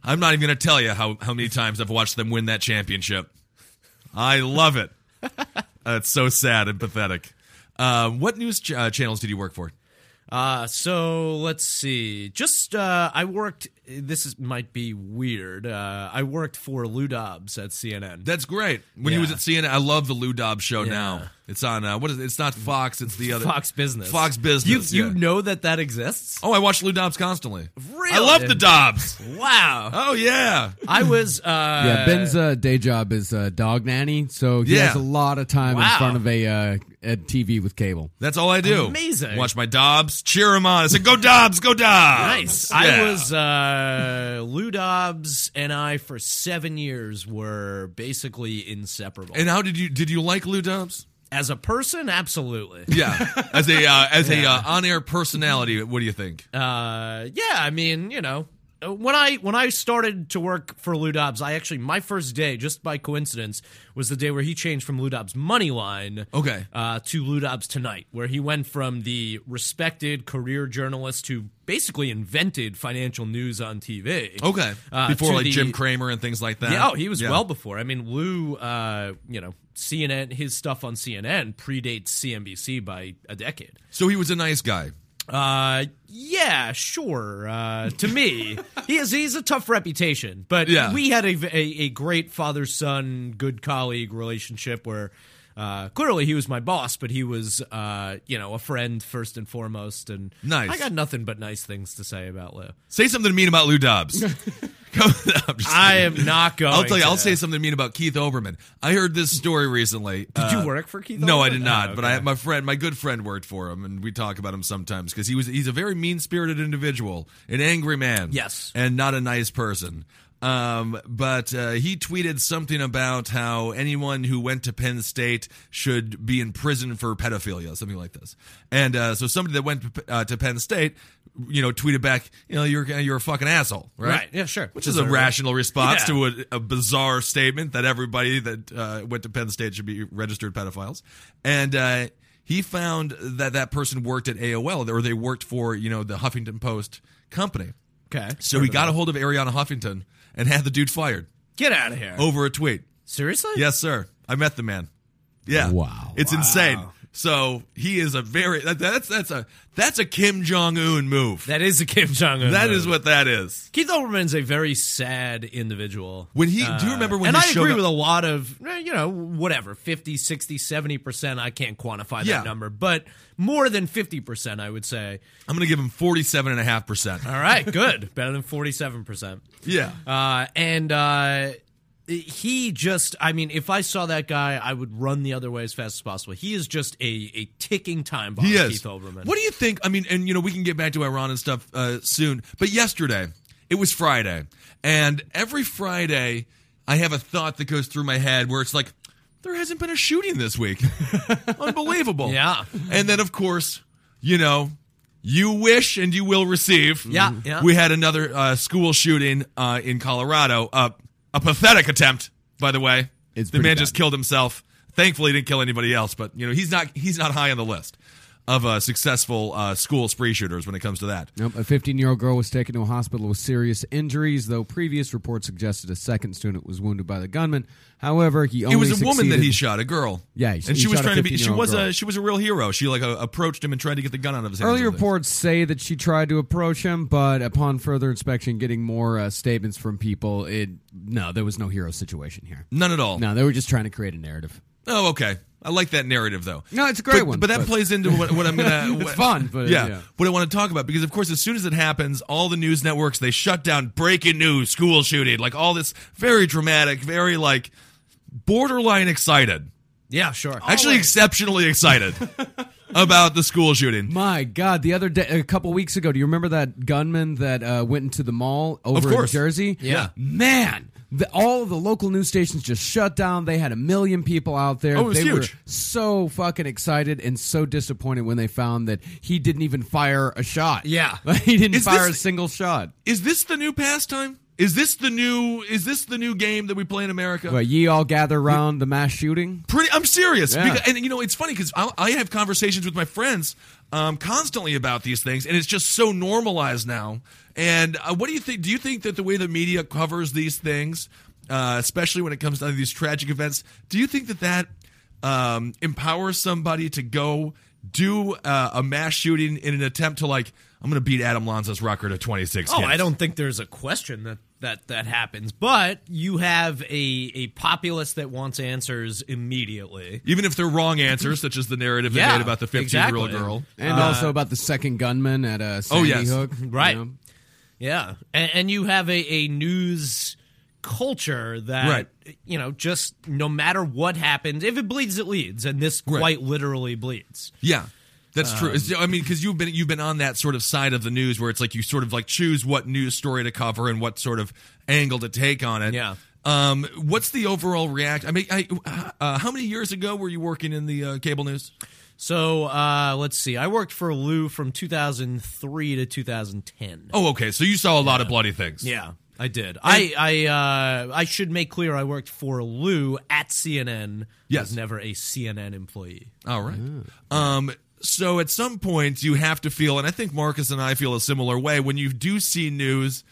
F: I'm not even going to tell you how how many times I've watched them win that championship. I love it. uh, it's so sad and pathetic. Uh, what news ch- uh, channels did you work for?
G: Uh, so let's see. Just uh, I worked. This is, might be weird. Uh, I worked for Lou Dobbs at CNN.
F: That's great. When he was at CNN, I love the Lou Dobbs show. Now it's on. Uh, what is? It? It's not Fox. It's the other
G: Fox Business.
F: Fox
G: You,
F: Business.
G: you
F: yeah.
G: know that that exists?
F: Oh, I watch Lou Dobbs constantly. I
G: Really?
F: love the Dobbs.
G: Wow.
F: Oh yeah.
G: I was. Uh,
H: Yeah, Ben's uh, day job is uh, dog nanny, so he
F: Yeah.
H: has a lot of time
G: Wow.
H: in front of a, uh, a TV with cable.
F: That's all I do.
G: Amazing.
F: Watch my Dobbs, cheer him on. I said, "Go Dobbs, go Dobbs."
G: Nice. I
F: Yeah.
G: was uh, Lou Dobbs and I for seven years were basically inseparable.
F: And how did you did you like Lou Dobbs?
G: As a person, absolutely.
F: Yeah, as a uh, as a uh, on air personality, what do you think?
G: Uh, yeah, I mean, you know, when I when I started to work for Lou Dobbs, I actually my first day, just by coincidence, was the day where he changed from Lou Dobbs money line,
F: Okay.
G: uh, to Lou Dobbs tonight, where he went from the respected career journalist who basically invented financial news on TV.
F: okay,
G: uh,
F: before
G: to
F: like
G: the-
F: Jim Cramer and things like that.
G: Yeah, oh, he was
F: Uh, Yeah.
G: well before. I mean, Lou, uh, you know, CNN, his stuff on CNN predates CNBC by a decade.
F: So he was a nice guy.
G: Uh, yeah, sure. Uh, to me, he is he's a tough reputation, but
F: Yeah.
G: we had a, v- a- a great father son, good colleague relationship where. Uh, clearly, he was my boss, but he was, uh, you know, a friend first and foremost. And
F: Nice.
G: I got nothing but nice things to say about Lou.
F: Say something mean about Lou Dobbs. Come- I'm just
G: I
F: kidding.
G: am not going.
F: I'll tell you.
G: to-
F: I'll say something mean about Keith Oberman. I heard this story recently. Did
G: you work for Keith
F: No, I
G: Olbermann?
F: did not.
G: Oh,
F: But
G: okay.
F: I my friend, my good friend, worked for him, and we talk about him sometimes because he was he's a very mean spirited individual, an angry man,
G: Yes.
F: and not a nice person. Um, but uh, he tweeted something about how anyone who went to Penn State should be in prison for pedophilia, something like this. And uh, so somebody that went to, uh, to Penn State you know, tweeted back, you know, you're you're a fucking asshole, right?
G: Right. Yeah, sure.
F: Which is a rational response to a, a bizarre statement that everybody that uh, went to Penn State should be registered pedophiles. And uh, he found that that person worked at AOL or they worked for you know the Huffington Post company.
G: Okay.
F: So he got a hold of Ariana Huffington and had the dude fired
G: Get out of here.
F: over a tweet.
G: Seriously?
F: Yes, sir. I met the man. Yeah.
H: Wow.
F: It's insane. So he is a very that, that's that's a that's a Kim Jong Un move.
G: That is a Kim Jong Un.
F: that is what that is.
G: Keith Olbermann's a very sad individual. Uh,
F: When he- do you remember when
G: And
F: he
G: I
F: showed
G: agree
F: up-
G: with a lot of eh, you know whatever 50, 60, 70 percent. I can't quantify that
F: Yeah.
G: number, but more than fifty percent, I would say.
F: I'm gonna give him forty seven and a half percent.
G: All right, good, better than forty seven percent.
F: Yeah.
G: Uh, and uh, he just, I mean, if I saw that guy, I would run the other way as fast as possible. He is just a, a ticking time bomb,
F: He is.
G: Keith Olbermann.
F: What do you think? I mean, and you know, we can get back to Iran and stuff uh, soon. But yesterday, it was Friday, and every Friday, I have a thought that goes through my head where it's like, there hasn't been a shooting this week. Unbelievable.
G: Yeah.
F: And then, of course, you know, you wish and you will receive.
G: Yeah, yeah.
F: We had another uh, school shooting uh, in Colorado. Uh, a pathetic attempt, by the way.
H: It's
F: the man
H: pretty
F: just
H: bad.
F: killed himself. Thankfully, he didn't kill anybody else. But you know, he's not he's not high on the list of uh, successful uh, school spree shooters when it comes to that.
H: Nope, a 15 year old girl was taken to a hospital with serious injuries, though previous reports suggested a second student was wounded by the gunman. However, he only
F: It was a woman that he
H: succeeded-
F: shot, a girl.
H: Yeah, he-
F: and
H: he
F: she was
H: shot a
F: trying to be. She
H: 15-year-old
F: was
H: girl.
F: a she was a real hero. She like uh, approached him and tried to get the gun out of his hands.
H: Early
F: and things.
H: reports say that she tried to approach him, but upon further inspection, getting more uh, statements from people, it no, there was no hero situation here.
F: none at all.
H: No, they were just trying to create a narrative.
F: Oh, okay. I like that narrative though.
H: No, it's a great
F: But-
H: one,
F: But that
H: but-
F: plays into what, what I'm gonna.
H: It's
F: what-
H: fun, but,
F: yeah,
H: yeah.
F: what I want to talk about because of course as soon as it happens, all the news networks they shut down breaking news, school shooting, like all this very dramatic, very like borderline excited,
G: yeah, sure.
F: actually exceptionally excited about the school shooting.
H: My God, the other day, a couple weeks ago, do you remember that gunman that uh, went into the mall over in
F: course.
H: Jersey?
F: Yeah.
H: man, the, all the local news stations just shut down. They had a million people out there.
F: Oh, it was
H: they
F: huge.
H: were so fucking excited and so disappointed when they found that he didn't even fire a shot.
G: Yeah.
H: he didn't
F: Is
H: fire
F: this-
H: a single shot.
F: Is this the new pastime? Is this the new? Is this the new game that we play in America?
H: But ye all gather round the mass shooting.
F: Pretty, I'm serious.
H: Yeah.
F: Because, and you know, it's funny because I, I have conversations with my friends um, constantly about these things, and it's just so normalized now. And uh, what do you think? Do you think that the way the media covers these things, uh, especially when it comes to these tragic events, do you think that that um, empowers somebody to go do uh, a mass shooting in an attempt to like, I'm going to beat Adam Lanza's record of 26?
G: Oh,
F: hits?
G: I don't think there's a question that that that happens. But you have a a populace that wants answers immediately.
F: Even if they're wrong answers, such as the narrative they
G: Yeah,
F: made about the 15 year old
G: exactly.
F: girl.
H: And also about the second gunman at a Sandy
F: Uh, Oh, yes.
H: Hook,
G: Right.
H: you know?
G: Yeah, and, and you have a, a news culture that
F: Right.
G: you know just no matter what happens, if it bleeds, it leads, and this
F: Right.
G: quite literally bleeds.
F: Yeah. That's true. It's-
G: Um,
F: I mean, because you've been you've been on that sort of side of the news where it's like you sort of like choose what news story to cover and what sort of angle to take on it.
G: Yeah.
F: Um, what's the overall react? I mean, I, uh, how many years ago were you working in the uh, cable news?
G: So uh, let's see. I worked for Lou from 2003 to 2010.
F: Oh, okay. So you saw a lot of bloody things.
G: Yeah, I did. I I uh, I should make clear I worked for Lou at CNN. I
F: Yes.
G: was never a CNN employee.
F: All right. Um, so at some point you have to feel, and I think Marcus and I feel a similar way. When you do see news,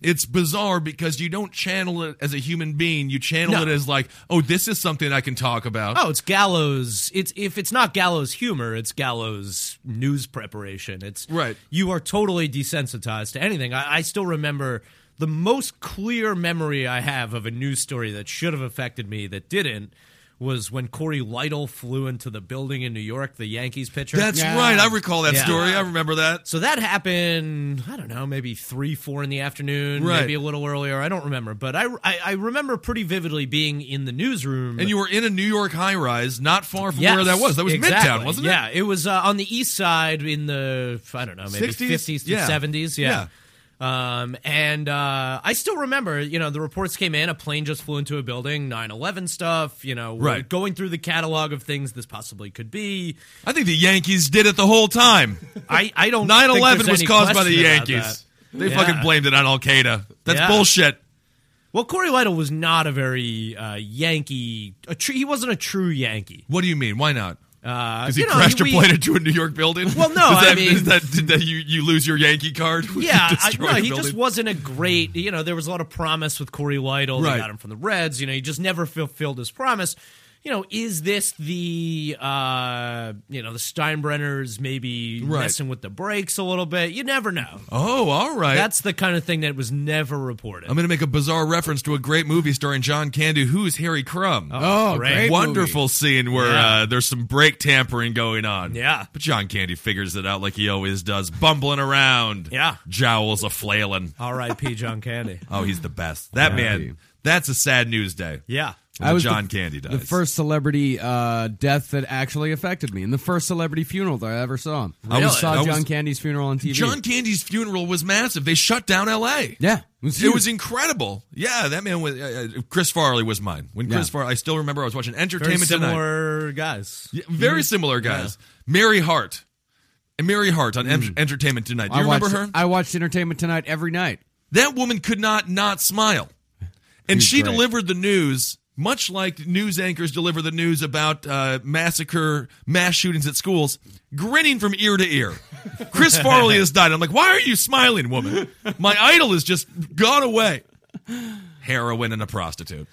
F: it's bizarre because you don't channel it as a human being. You channel
G: No.
F: it as like, oh, this is something I can talk about.
G: Oh, it's gallows. It's if it's not gallows humor, it's gallows news preparation. It's
F: Right.
G: You are totally desensitized to anything. I, I still remember the most clear memory I have of a news story that should have affected me that didn't was when Corey Lytle flew into the building in New York, the Yankees pitcher.
F: That's right. I recall that
G: Yeah.
F: story. I remember that.
G: So that happened, I don't know, maybe three, four in the afternoon,
F: Right.
G: maybe a little earlier. I don't remember, but I, I, I remember pretty vividly being in the newsroom.
F: And you were in a New York high rise, not far from
G: Yes,
F: where that was. That was
G: exactly.
F: Midtown, wasn't
G: Yeah,
F: it?
G: it was uh, on the east side in the I don't know, maybe
F: 60s?
G: fifties to
F: Yeah.
G: seventies. Yeah. Um, and uh, I still remember, you know, the reports came in, a plane just flew into a building, 9 11 stuff, you know,
F: Right.
G: going through the catalog of things this possibly could be.
F: I think the Yankees did it the whole time.
G: I, I don't
F: 9
G: 9
F: 11 was caused by the Yankees. They
G: Yeah.
F: fucking blamed it on Al Qaeda. That's
G: Yeah.
F: bullshit.
G: Well, Corey Lytle was not a very uh, Yankee. A tr- he wasn't a true Yankee. Uh,
F: What do you mean? Why not?
G: Because
F: Because he crashed a plane into a New York building?
G: Well, no,
F: Does that,
G: I mean-
F: does that, did that you, you lose your Yankee card? when you
G: Yeah, I,
F: destroy
G: no,
F: a
G: he
F: building?
G: just wasn't a great. You know, there was a lot of promise with Corey Lytle.
F: Right.
G: They got him from the Reds. You know, he just never fulfilled his promise. You know, is this the uh, you know the Steinbrenners maybe
F: Right.
G: messing with the brakes a little bit? You never know.
F: Oh, all right.
G: That's the kind of thing that was never reported.
F: I'm going to make a bizarre reference to a great movie starring John Candy. Who is Harry Crumb?
H: Oh,
G: Great.
H: great
F: Wonderful scene where
G: Yeah.
F: uh, there's some brake tampering going on.
G: Yeah.
F: But John Candy figures it out like he always does, bumbling around.
G: Yeah.
F: Jowls a flailing.
G: R.I.P. John Candy.
F: Oh, he's the best. That man, that's a sad news day.
G: Yeah.
F: When
H: I was
F: John
H: the-
F: Candy dies.
H: The first celebrity uh, death that actually affected me, and the first celebrity funeral that I ever saw. I
F: Really?
H: saw
F: I was-
H: John Candy's funeral on TV.
F: John Candy's funeral was massive. They shut down L.A.
H: yeah, it was,
F: It was incredible. Yeah, that man was. Uh, uh, Chris Farley was mine. When Chris
H: Yeah.
F: Farley, I still remember I was watching
G: Very
F: Entertainment Tonight.
G: similar Mm-hmm. guys.
F: Yeah, very similar guys. Mary Hart. And Mary Hart on Em- Entertainment Tonight. Do you
H: Mm. I
F: remember
H: watched,
F: her?
H: I watched Entertainment Tonight every night.
F: that woman could not not smile. And
H: She's
F: she
H: great.
F: delivered the news much like news anchors deliver the news about uh, massacre, mass shootings at schools, grinning from ear to ear. Chris Farley has died. I'm like, why are you smiling, woman? My idol has just gone away. Heroin and a prostitute.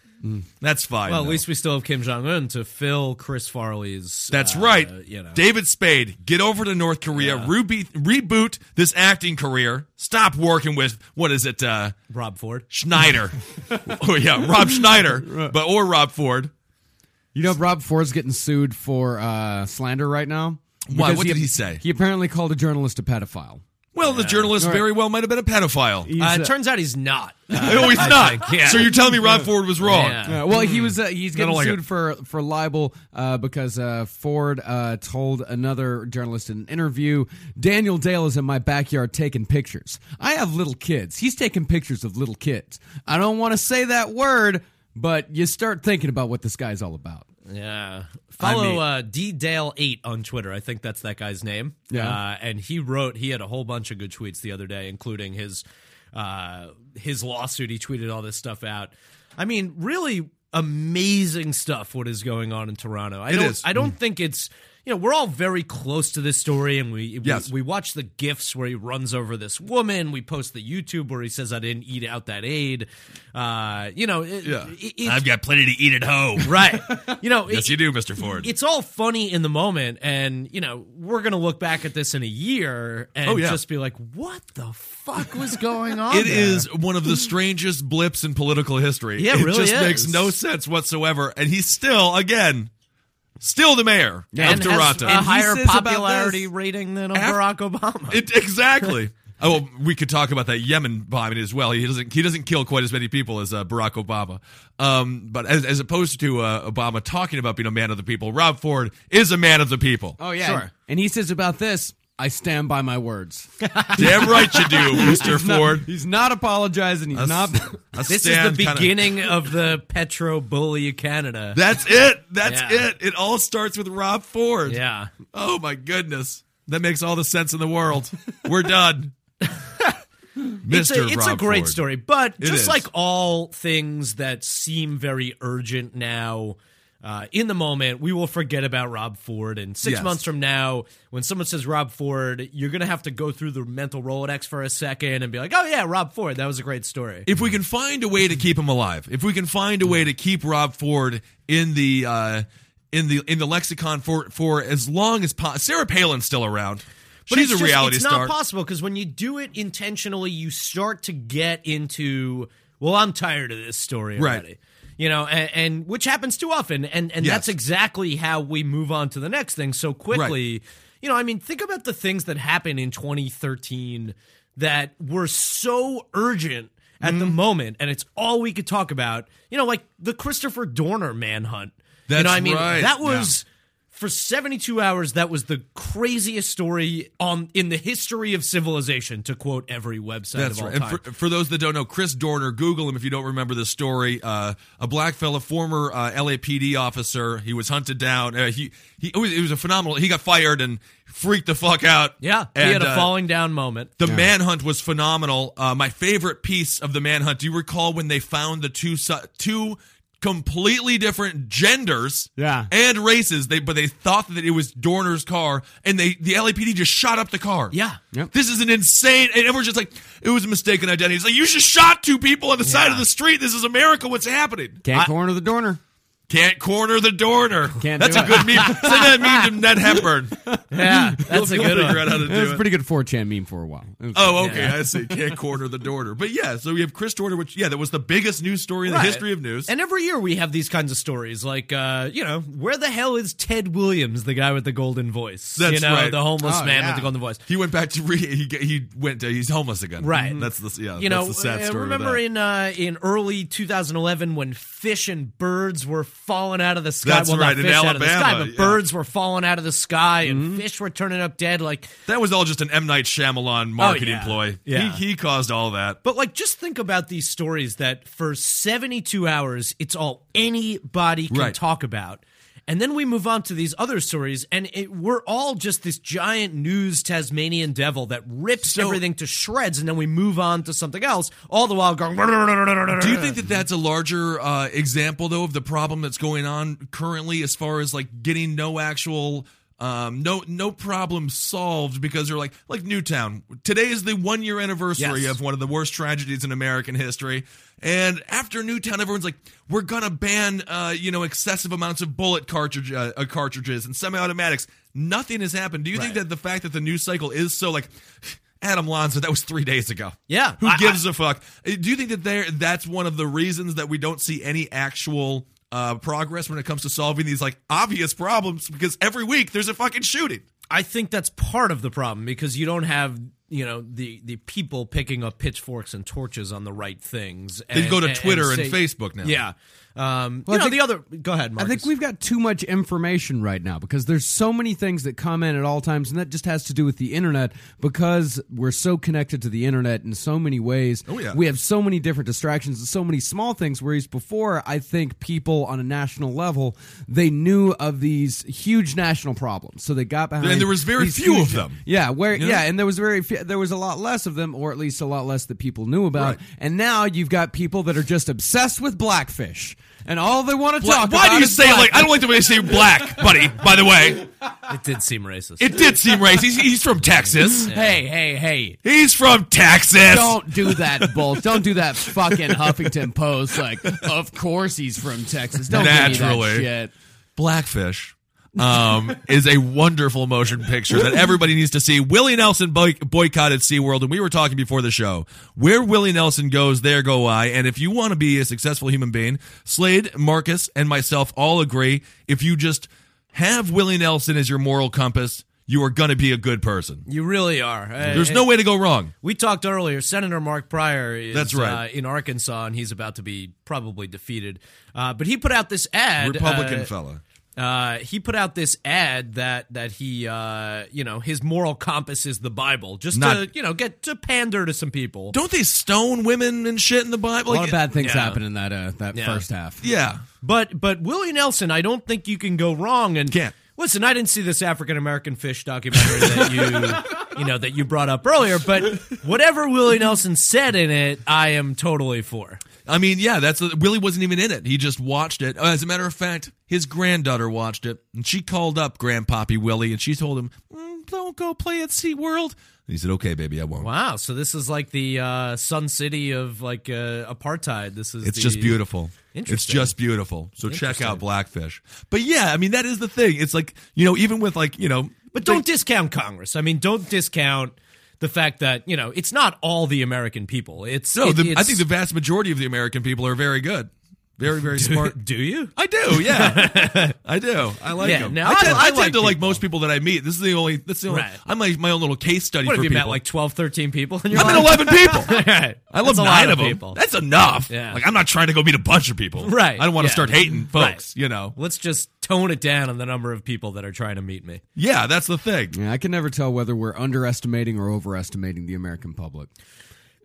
F: That's fine.
G: Mm. Well, at
F: though.
G: least we still have Kim Jong Un to fill Chris Farley's.
F: That's
G: uh,
F: right.
G: You know,
F: David Spade, get over to North Korea, Ruby, reboot this acting career. Stop working with what is it, uh,
G: Rob Ford.
F: Schneider? oh yeah, Rob Schneider, but or Rob Ford.
H: You know, Rob Ford's getting sued for uh, slander right now.
F: Why?
H: Because
F: What did he say?
H: He apparently called a journalist a pedophile.
F: Well, the journalist very well might have been a pedophile.
H: He's,
G: Uh,
H: uh,
G: it turns out he's not. Uh,
F: oh, he's not.
G: think, yeah.
F: So you're telling me Rob Ford was wrong?
G: Yeah.
H: Uh, well, he was uh, he's
F: Hmm. I don't
H: getting
F: like
H: sued
F: it.
H: for for libel uh, because uh, Ford uh, told another journalist in an interview, Daniel Dale is in my backyard taking pictures. I have little kids. He's taking pictures of little kids. I don't want to say that word, but you start thinking about what this guy's all about.
G: yeah. Follow
F: I mean-
G: uh, D Dale Eight on Twitter. I think that's that guy's name.
H: Yeah.
G: Uh, and he wrote. He had a whole bunch of good tweets the other day, including his uh, his lawsuit. He tweeted all this stuff out. I mean, really amazing stuff. What is going on in Toronto? I
F: It
G: don't.
F: is. Mm.
G: I don't think it's. You know, we're all very close to this story, and we,
F: Yes.
G: we we watch the gifs where he runs over this woman. We post the YouTube where he says, "I didn't eat out that aid." Uh, you know, it,
F: Yeah.
G: it- it's-
F: I've got plenty to eat at home.
G: Right. You know,
F: yes,
G: it-
F: you do, Mister Ford.
G: it's all funny in the moment. And, you know, we're going to look back at this in a year and
F: Oh, yeah.
G: just be like, what the fuck was going on?
F: It
G: there?"
F: is one of the strangest blips in political history.
G: Yeah, it
F: it
G: really
F: just makes
G: is.
F: no sense whatsoever. And he's still, again, still the mayor
G: And
F: of
G: has
F: Toronto.
G: a higher
H: says about
G: popularity
H: this-
G: rating than
F: Af-
G: Barack Obama.
F: It- exactly. Oh, well, we could talk about that Yemen bombing as well. He doesn't. He doesn't kill quite as many people as uh, Barack Obama. Um, but as, as opposed to uh, Obama talking about being a man of the people, Rob Ford is a man of the people.
H: Oh yeah, and he says about this, I stand by my words.
F: damn right you do, Mister Ford.
H: He's not apologizing. He's
F: A s-
H: not.
F: a
G: this is the
F: stand kinda-
G: beginning of the Petro Bully of Canada.
F: That's it. That's
G: Yeah.
F: it. It all starts with Rob Ford.
G: yeah.
F: Oh my goodness. That makes all the sense in the world. We're done. Mr.
G: It's a, it's a
F: Rob
G: great
F: Ford.
G: story, but just
F: is.
G: like all things that seem very urgent now, uh, in the moment, we will forget about Rob Ford. And six
F: Yes.
G: months from now, when someone says Rob Ford, you're going to have to go through the mental Rolodex for a second and be like, oh, yeah, Rob Ford, that was a great story.
F: If we can find a way to keep him alive, if we can find a way to keep Rob Ford in the uh, in the in the lexicon for for as long as possible. Sarah Palin's still around.
G: But
F: She's
G: it's
F: a
G: just-
F: reality
G: it's
F: star.
G: not possible because when you do it intentionally, you start to get into, well, I'm tired of this story
F: Right.
G: already. You know, and, and which happens too often, and and
F: Yes.
G: that's exactly how we move on to the next thing so quickly. You know, I mean, think about the things that happened in 2013 that were so urgent at
F: Mm-hmm.
G: the moment, and it's all we could talk about. You know, like the Christopher Dorner manhunt. you
F: That's
G: know, what I mean,
F: right.
G: that was for 72 hours that was the craziest story on in the history of civilization to quote every website
F: That's
G: of all
F: right. And
G: time.
F: for, for those that don't know, Chris Dorner, Google him if you don't remember the story. Uh, a black fella, former uh, LAPD officer, he was hunted down. Uh, he he it was, it was a phenomenal. He got fired and freaked the fuck out.
G: yeah,
F: and,
G: he had a
F: uh,
G: falling down moment.
F: The manhunt was phenomenal. Uh, my favorite piece of the manhunt. Do you recall when they found the two su- two completely different genders?
I: Yeah.
F: and races. They but they thought that it was Dorner's car, and they the LAPD just shot up the car.
G: Yeah.
I: Yep.
F: this is an insane. And everyone's just like, it was a mistaken identity. It's like you just shot two people on the side of the street. This is America. What's happening?
I: Can't
F: I-
I: corner the Dorner.
F: can't corner the Dorner.
I: Can't
F: That's
I: do
F: a
I: it.
F: good meme. Send that meme to Ned Hepburn.
G: Yeah, that's a
F: He'll
G: good
F: figure
G: one.
F: out how to do
I: It was
F: it.
I: a pretty good 4chan meme for a while. It was-
F: Oh, okay. I see. Can't corner the Dorner. But yeah, so we have Chris Dorner, which, yeah, that was the biggest news story in
G: Right.
F: the history of news.
G: And every year we have these kinds of stories, like uh, you know, where the hell is Ted Williams, the guy with the golden voice? you
F: That's
G: know,
F: right.
G: the homeless
I: Oh,
G: man
I: yeah.
G: with the golden voice.
F: he went back to re- he g- he went to, he's homeless again.
G: Right.
F: Mhm. That's the yeah.
G: You
F: that's
G: know,
F: the sad
G: uh,
F: story. with
G: remember
F: that.
G: in uh, in early 2011 when fish and birds were falling out of the sky.
F: That's
G: well,
F: right,
G: not
F: in
G: fish out of the sky,
F: Alabama,
G: but
F: yeah. Mm-hmm.
G: birds were falling out of the sky and fish were turning up dead. Like,
F: that was all just an M Night Shyamalan marketing
G: Oh, yeah.
F: ploy.
G: Yeah.
F: He he caused all that.
G: But like, just think about these stories that for 72 hours, it's all anybody can
F: Right.
G: talk about. And then we move on to these other stories, and it, we're all just this giant news Tasmanian devil that rips
F: So-
G: everything to shreds, and then we move on to something else, all the while going. Do
F: Do you think that that's a larger uh, example though of the problem that's going on currently, as far as like getting no actual, um, no no problem solved because they're like like Newtown. Today is the one year anniversary
G: Yes.
F: of one of the worst tragedies in American history, and after Newtown, everyone's like, we're gonna ban uh, you know excessive amounts of bullet cartridge uh, uh, cartridges and semi-automatics. Nothing has happened. Do you think that the fact that the news cycle is so like? Adam Lanza, that was three days ago.
G: Yeah,
F: who
G: I- I-
F: gives gives a fuck. Uh, Do you think that there that's one of the reasons that we don't see any actual uh, progress when it comes to solving these like obvious problems? Because every week there's a fucking shooting.
G: I think that's part of the problem because you don't have you know the the people picking up pitchforks and torches on the right things. And,
F: They go to
G: and-
F: Twitter and
G: say-
F: Facebook now.
G: Yeah. Um,
H: Well,
G: you know
H: I think-
G: the other. Go ahead,
H: I
G: Marcus.
H: think we've got too much information right now because there's so many things that come in at all times, and that just has to do with the internet because we're so connected to the internet in so many ways.
F: Oh, yeah.
H: We have so many different distractions and so many small things. Whereas before, I think people on a national level they knew of these huge national problems, so they got behind.
F: And there was very
H: these
F: few
H: huge-
F: of them.
H: Yeah, where
F: You know?
H: yeah, and there was very few, there was a lot less of them, or at least a lot less that people knew about.
F: Right.
H: And now you've got people that are just obsessed with blackfish, and all they want to talk.
F: Why
H: about
F: do you
H: is
F: say it like
H: blackfish.
F: I don't like the way they say black, buddy? By the way,
G: it did seem racist.
F: it did seem racist. He's, he's from Texas.
H: Hey, hey, hey.
F: He's from Texas.
H: Don't do that, bull. Don't do that fucking Huffington Post. Like, of course he's from Texas. Don't
F: Naturally.
H: give me that shit.
F: Blackfish um, is a wonderful motion picture that everybody needs to see. Willie Nelson boy- boycotted SeaWorld, and we were talking before the show. Where Willie Nelson goes, there go I. And if you want to be a successful human being, Slade, Marcus, and myself all agree if you just have Willie Nelson as your moral compass, you are going to be a good person.
G: You really are. Uh,
F: There's no way to go wrong.
G: We talked earlier. Senator Mark Pryor is
F: That's right.
G: uh, in Arkansas, and he's about to be probably defeated. Uh, but he put out this ad.
F: Republican
G: uh,
F: fella.
G: uh, he put out this ad that that he uh, you know his moral compass is the Bible, just to
F: Not-
G: you know get to pander to some people.
F: Don't they stone women and shit in the Bible?
H: A lot of bad things
G: Yeah.
H: happen in that uh, that
G: Yeah.
H: first half.
F: Yeah.
G: But but Willie Nelson, I don't think you can go wrong. And
F: Can't.
G: listen, I didn't see this African American fish documentary that you you know that you brought up earlier. But whatever Willie Nelson said in it, I am totally for.
F: I mean, yeah, that's Willie wasn't even in it. He just watched it. As a matter of fact, his granddaughter watched it, and she called up Grandpappy Willie, and she told him, mm, "Don't go play at SeaWorld." And he said, "Okay, baby, I won't."
G: Wow, so this is like the uh, Sun City of like uh, apartheid. This is
F: It's
G: the-
F: just beautiful. It's
G: Interesting.
F: just beautiful. So check
G: Interesting.
F: out Blackfish. But yeah, I mean, that is the thing. It's like you know, even with like you know,
G: But don't discount Congress. I mean, don't discount the fact that you know it's not all the American people. It's
F: no,
G: it-
F: the, I
G: it's-
F: think the vast majority of the American people are very good. Very, very smart.
G: Do you?
F: I do, yeah, I do. I like
G: Yeah,
F: him.
G: no,
F: I
G: I-
F: tend,
G: I
F: I tend
G: like
F: to like
G: people.
F: most people that I meet. This is the only. That's the only.
G: Right.
F: I'm like my own little case study
G: What
F: for
G: have you
F: people.
G: met like 12, 13 people in your
F: I met
G: life?
F: eleven people.
G: Right.
F: I love
G: That's a lot
F: nine of them.
G: people.
F: That's enough.
G: Yeah.
F: Like I'm not trying to go meet a bunch of people.
G: Right.
F: I don't want to
G: Yeah.
F: start hating
G: Right.
F: folks. You know.
G: Let's just tone it down on the number of people that are trying to meet me.
F: Yeah, that's the thing.
H: Yeah, I can never tell whether we're underestimating or overestimating the American public.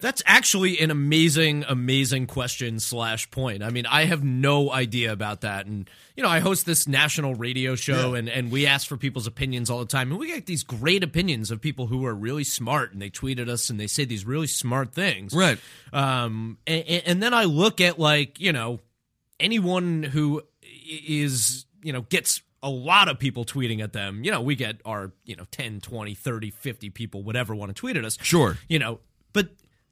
G: That's actually an amazing, amazing question slash point. I mean, I have no idea about that. And, you know, I host this national radio show and, and we ask for people's opinions all the time. And we get these great opinions of people who are really smart and they tweet at us and they say these really smart things.
F: Right.
G: Um, and, and then I look at, like, you know, anyone who i- is you know gets a lot of people tweeting at them you know we get our you know 10 20 30 50 people whatever want to tweet at us
F: Sure.
G: you know but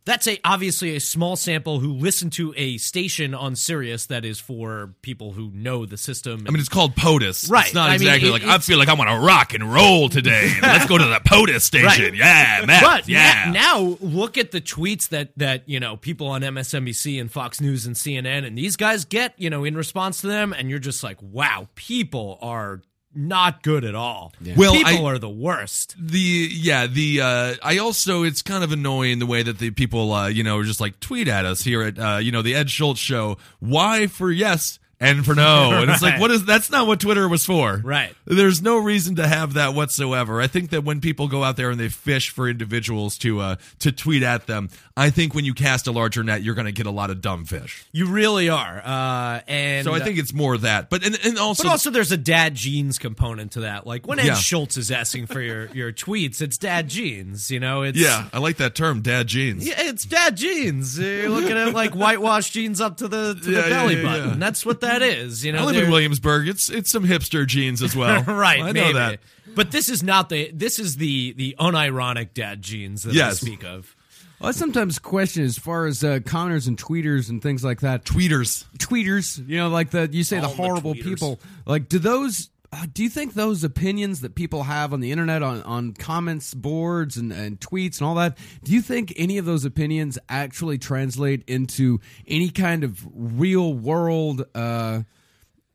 G: that's a obviously a small sample who listen to a station on Sirius that is for people who know the system
F: I mean, it's called POTUS. It's
G: Right.
F: not
G: I mean,
F: exactly
G: it-
F: like I
G: it's-
F: feel like I want to rock and roll today. and let's go to the POTUS station.
G: Right.
F: Yeah, meth,
G: but
F: yeah.
G: na- now look at the tweets that that you know people on MSNBC and Fox News and CNN and these guys get you know in response to them, and you're just like, wow, people are not good at all.
F: Well,
G: people
F: I-
G: are the worst.
F: the yeah the uh i also it's kind of annoying the way that the people uh you know are just like tweet at us here at uh you know the ed schultz show why for yes and for no and it's like
G: Right.
F: what is that's not what twitter was for
G: Right.
F: there's no reason to have that whatsoever i think that when people go out there and they fish for individuals to uh to tweet at them i think when you cast a larger net you're gonna get a lot of dumb fish
G: You really are. Uh, and
F: so i think it's more that but and, and also
G: But also, there's a dad jeans component to that. Like when Ed
F: Yeah.
G: Schultz is asking for your, your tweets, it's dad jeans. You know, it's
F: yeah i like that term dad jeans
G: Yeah, it's dad jeans. You're looking at like whitewashed jeans up to the, to
F: Yeah, yeah,
G: the belly
F: yeah,
G: button.
F: yeah.
G: That's what that is. You know,
F: I live in
G: they're-
F: Williamsburg. It's it's some hipster jeans as well.
G: right.
F: I know
G: maybe.
F: that.
G: But this is not the. This is the the unironic dad jeans that
F: Yes.
G: I speak of.
H: Well, I sometimes question as far as uh, Connors and tweeters and things like that.
F: Tweeters.
H: tweeters, you know, like the you say the
G: All the
H: horrible
G: tweeters.
H: people. Like, do those? Uh, do you think those opinions that people have on the internet, on on comments boards and and tweets and all that, do you think any of those opinions actually translate into any kind of real world? Uh,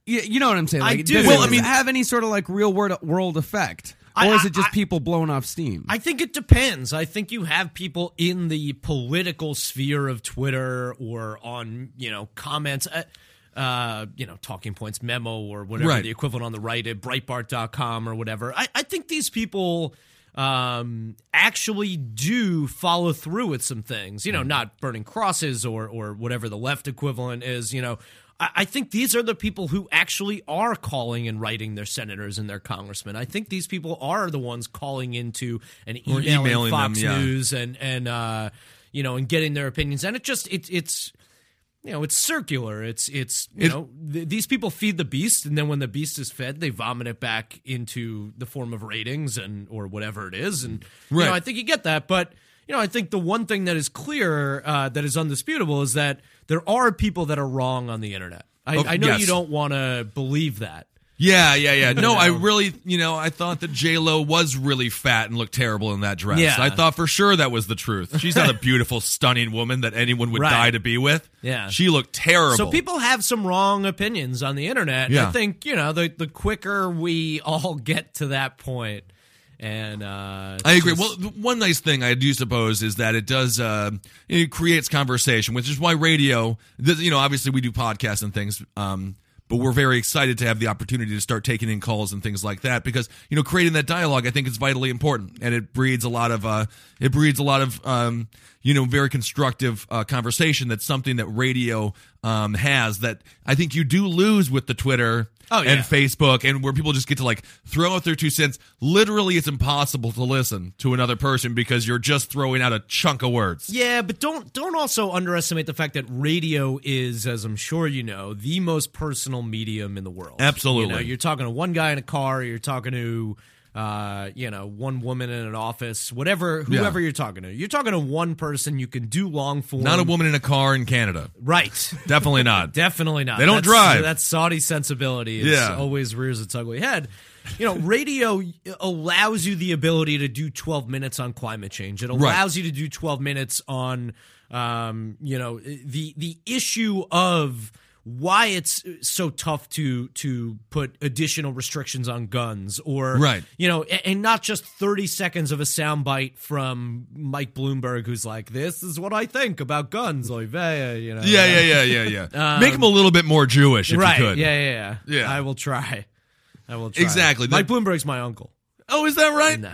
H: you, you know what I'm saying?
G: I
H: Like,
G: do.
H: Does
G: Well,
H: it
G: I mean-
H: have any sort of like real world world effect,
G: I-
H: or is
G: I-
H: it just
G: I-
H: people blowing off steam?
G: I think it depends. I think you have people in the political sphere of Twitter or on, you know, comments, uh, uh, you know, talking points memo or whatever
F: Right.
G: the equivalent on the right at Breitbart.com or whatever. I, I think these people um actually do follow through with some things you know not burning crosses or or whatever the left equivalent is you know I, I think these are the people who actually are calling and writing their senators and their congressmen i think these people are the ones calling into an
F: Or
G: emailing,
F: emailing
G: Fox
F: them, yeah.
G: News and and uh, you know and getting their opinions. And it just it, it's you know it's circular. It's it's you
F: It-
G: know th- these people feed the beast, and then when the beast is fed, they vomit it back into the form of ratings and or whatever it is. And you
F: Right.
G: know I think you get that, but. You know, I think the one thing that is clear, uh, that is undisputable, is that there are people that are wrong on the internet. I,
F: Of-
G: I know
F: yes.
G: you don't want to believe that.
F: Yeah, yeah, yeah. No, I really, you know, I thought that J Lo was really fat and looked terrible in that dress.
G: Yeah.
F: I thought for sure that was the truth. She's not a beautiful, stunning woman that anyone would
G: Right.
F: die to be with.
G: Yeah.
F: she looked terrible.
G: So people have some wrong opinions on the internet.
F: Yeah.
G: I think you know the the quicker we all get to that point, and uh,
F: I agree.
G: just-
F: Well, th- one nice thing I do suppose is that it does uh, it creates conversation, which is why radio. Th- you know, obviously we do podcasts and things, um, but we're very excited to have the opportunity to start taking in calls and things like that because you know creating that dialogue I think is vitally important, and it breeds a lot of uh, it breeds a lot of um, you know very constructive uh, conversation. That's something that radio um, has that I think you do lose with the Twitter
G: Oh,
F: and
G: yeah.
F: Facebook and where people just get to like throw out their two cents. Literally, it's impossible to listen to another person because you're just throwing out a chunk of words.
G: Yeah, but don't don't also underestimate the fact that radio is, as I'm sure you know, the most personal medium in the world.
F: Absolutely.
G: you know, you're talking to one guy in a car, you're talking to, uh, you know, one woman in an office, whatever, whoever you're talking to, you're talking to one person. You can do long form.
F: Not a woman in a car in Canada.
G: right?
F: Definitely not.
G: Definitely not.
F: They don't
G: That's-
F: drive.
G: That Saudi sensibility is
F: Yeah.
G: always rears its ugly head. You know, radio allows you the ability to do 12 minutes on climate change. It allows you to do 12 minutes on, um, you know, the the issue of why it's so tough to to put additional restrictions on guns or
F: Right.
G: you know a- and not just 30 seconds of a soundbite from Mike Bloomberg who's like this is what I think about guns oy vey," you know
F: Yeah, yeah, yeah, yeah, yeah. Make him a little bit more Jewish if
G: Um, right
F: you could.
G: Yeah, yeah yeah
F: Yeah.
G: I will try I will try
F: Exactly.
G: Mike Bloomberg's my uncle
F: Oh, is that right?
G: nah.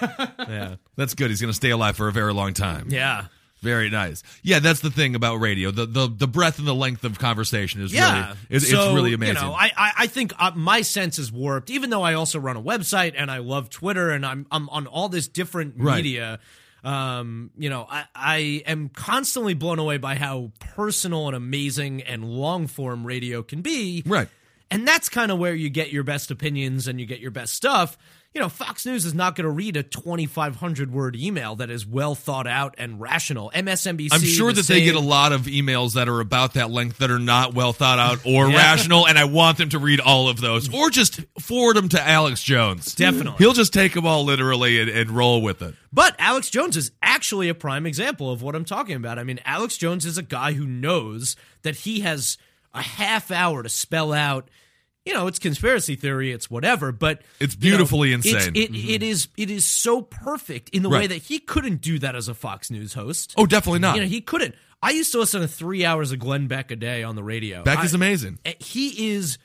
G: yeah
F: That's good. He's going to stay alive for a very long time.
G: yeah
F: Very nice. Yeah, that's the thing about radio. The the, the breadth and the length of conversation is really is,
G: so,
F: it's really
G: you know,
F: amazing.
G: I, I I think uh, my sense is warped, even though I also run a website and I love Twitter and I'm I'm on all this different
F: Right.
G: media. Um, you know, I I am constantly blown away by how personal and amazing and long form radio can be.
F: Right.
G: And that's kind of where you get your best opinions and you get your best stuff. You know, Fox News is not going to read a 2,500 word email that is well thought out and rational. MSNBC.
F: I'm sure
G: the
F: that they get
G: same.
F: a lot of emails that are about that length that are not well thought out or rational, and I want them to read all of those or just forward them to Alex Jones.
G: Definitely.
F: He'll just take them all literally and, and roll with it.
G: But Alex Jones is actually a prime example of what I'm talking about. I mean, Alex Jones is a guy who knows that he has a half hour to spell out. You know, it's conspiracy theory, it's whatever, but
F: It's
G: you know,
F: beautifully
G: it's-
F: insane. Mm-hmm.
G: it, it is it is so perfect in the
F: Right.
G: way that he couldn't do that as a Fox News host.
F: Oh, definitely not.
G: you know, he couldn't. I used to listen to three hours of Glenn Beck a day on the radio.
F: Beck
G: I-
F: is amazing.
G: eh, he is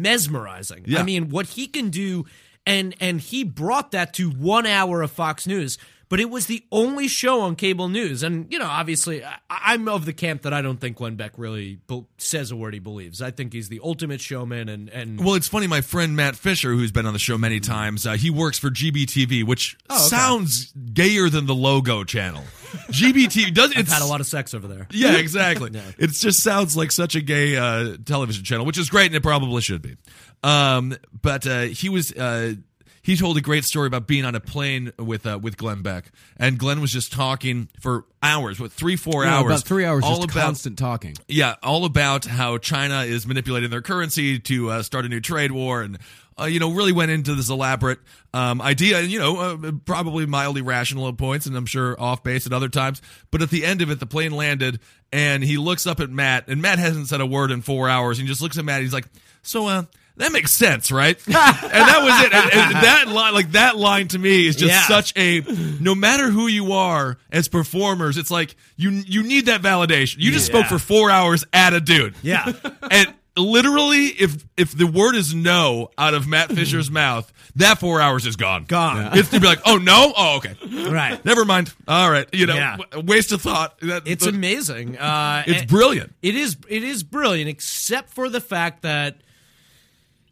G: mesmerizing.
F: Yeah.
G: I mean, what he can do, and and he brought that to one hour of Fox News, but it was the only show on cable news. And you know, obviously, I, I'm of the camp that I don't think Glenn Beck really be- says a word he believes. I think he's the ultimate showman, and and
F: Well, it's funny. My friend Matt Fisher, who's been on the show many times, uh, he works for GBTV, which
G: Oh,
F: sounds gayer than the logo channel. GBTV does.
G: I've
F: It's
G: had a lot of sex over there.
F: Yeah, exactly. It just sounds like such a gay uh, television channel, which is great, and it probably should be. Um, but uh, he was. Uh, he told a great story about being on a plane with uh, with Glenn Beck, and Glenn was just talking for hours, what three, four
H: Yeah,
F: hours,
H: about three hours,
F: all
H: just
F: about
H: constant talking.
F: yeah, all about how China is manipulating their currency to uh, start a new trade war, and uh, you know, really went into this elaborate um, idea, and you know, uh, probably mildly rational at points, and I'm sure off base at other times. But at the end of it, the plane landed, and he looks up at Matt, and Matt hasn't said a word in four hours, and he just looks at Matt, and he's like, "So, uh." That makes sense, right? and that was it. And, and that line, like that line, to me is just
G: Yeah.
F: such a no matter who you are as performers it's like you you need that validation you just spoke for four hours at a dude
G: Yeah.
F: and literally if if the word is no out of matt fisher's mouth that four hours is gone
G: Gone.
F: it's to be like oh no oh okay
G: Right.
F: never mind all right you know
G: Yeah.
F: w- waste of thought That-
G: It's
F: the-
G: amazing. Uh,
F: it's
G: and-
F: brilliant
G: It is it is brilliant, except for the fact that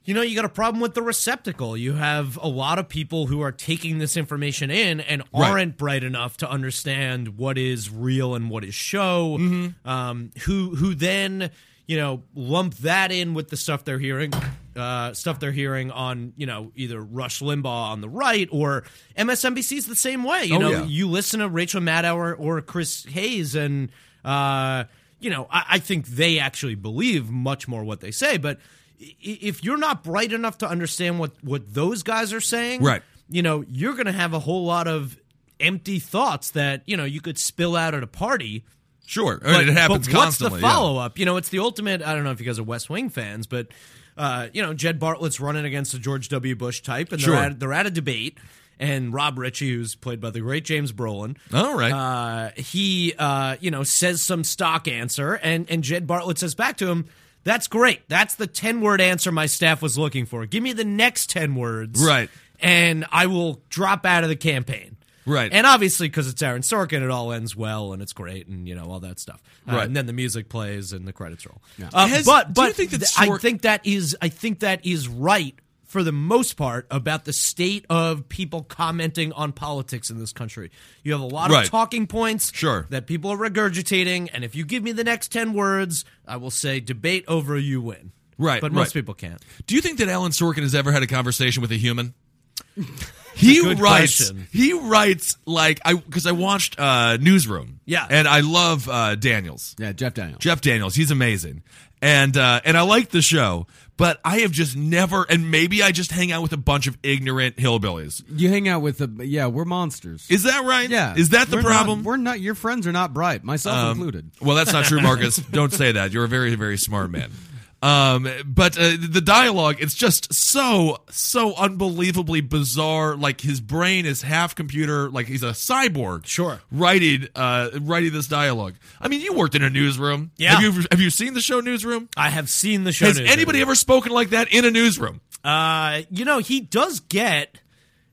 G: you know you got a problem with the receptacle. You have a lot of people who are taking this information in and
F: Right.
G: aren't bright enough to understand what is real and what is show.
F: Mm-hmm.
G: Um, who who then you know lump that in with the stuff they're hearing. Uh, stuff they're hearing on, you know, either Rush Limbaugh on the right or MSNBC's the same way. You
F: Oh,
G: know,
F: yeah.
G: you listen to Rachel Maddow or, or Chris Hayes, and uh, you know, I, I think they actually believe much more what they say. But i- if you're not bright enough to understand what what those guys are saying,
F: Right.
G: You know, you're going to have a whole lot of empty thoughts that you know you could spill out at a party.
F: sure I mean, it happens
G: but
F: constantly
G: What's the
F: yeah.
G: follow up? You know, it's the ultimate. I don't know if you guys are West Wing fans, but uh, you know, Jed Bartlett's running against the George W. Bush type, and
F: Sure.
G: they're at, they're at a debate. And Rob Ritchie, who's played by the great James Brolin,
F: all right
G: uh, he uh, you know says some stock answer, and and Jed Bartlett says back to him. That's great. That's the 10 word answer my staff was looking for. Give me the next 10 words.
F: Right.
G: And I will drop out of the campaign.
F: Right.
G: And obviously, because it's Aaron Sorkin, it all ends well and it's great and, you know, all that stuff. Uh,
F: Right.
G: and then the music plays and the credits roll. Uh,
F: Has-
G: but
F: do you
G: but
F: think that
G: th- I
F: Sork-
G: think that is I think that is right for the most part about the state of people commenting on politics in this country. You have a lot
F: Right.
G: of talking points
F: Sure.
G: that people are regurgitating, and if you give me the next ten words, I will say debate over you win.
F: Right,
G: But most
F: right.
G: people can't.
F: do you think that alan sorkin has ever had a conversation with a human he
G: good
F: writes
G: question.
F: he writes like I because I watched uh, Newsroom.
G: Yeah.
F: and I love uh, Daniels.
H: Yeah, Jeff Daniels.
F: Jeff Daniels, he's amazing, and uh, and I like the show. But I have just never, and maybe I just hang out with a bunch of ignorant hillbillies.
H: You hang out with the yeah, we're monsters.
F: Is that right?
H: yeah,
F: Is that the
H: We're not-
F: problem?
H: we're not. Your friends are not bright, myself
F: Um,
H: included.
F: Well, that's not true, Marcus. Don't say that. You're a very, very smart man. Um, but uh, the dialogue, it's just so, so unbelievably bizarre. Like his brain is half computer, like he's a cyborg.
G: Sure.
F: Writing, uh, writing this dialogue. I mean, you worked in a newsroom.
G: Yeah.
F: Have you, have you seen the show Newsroom?
G: I have seen the show.
F: Has
G: newsroom.
F: anybody ever spoken like that in a newsroom?
G: Uh, you know, he does get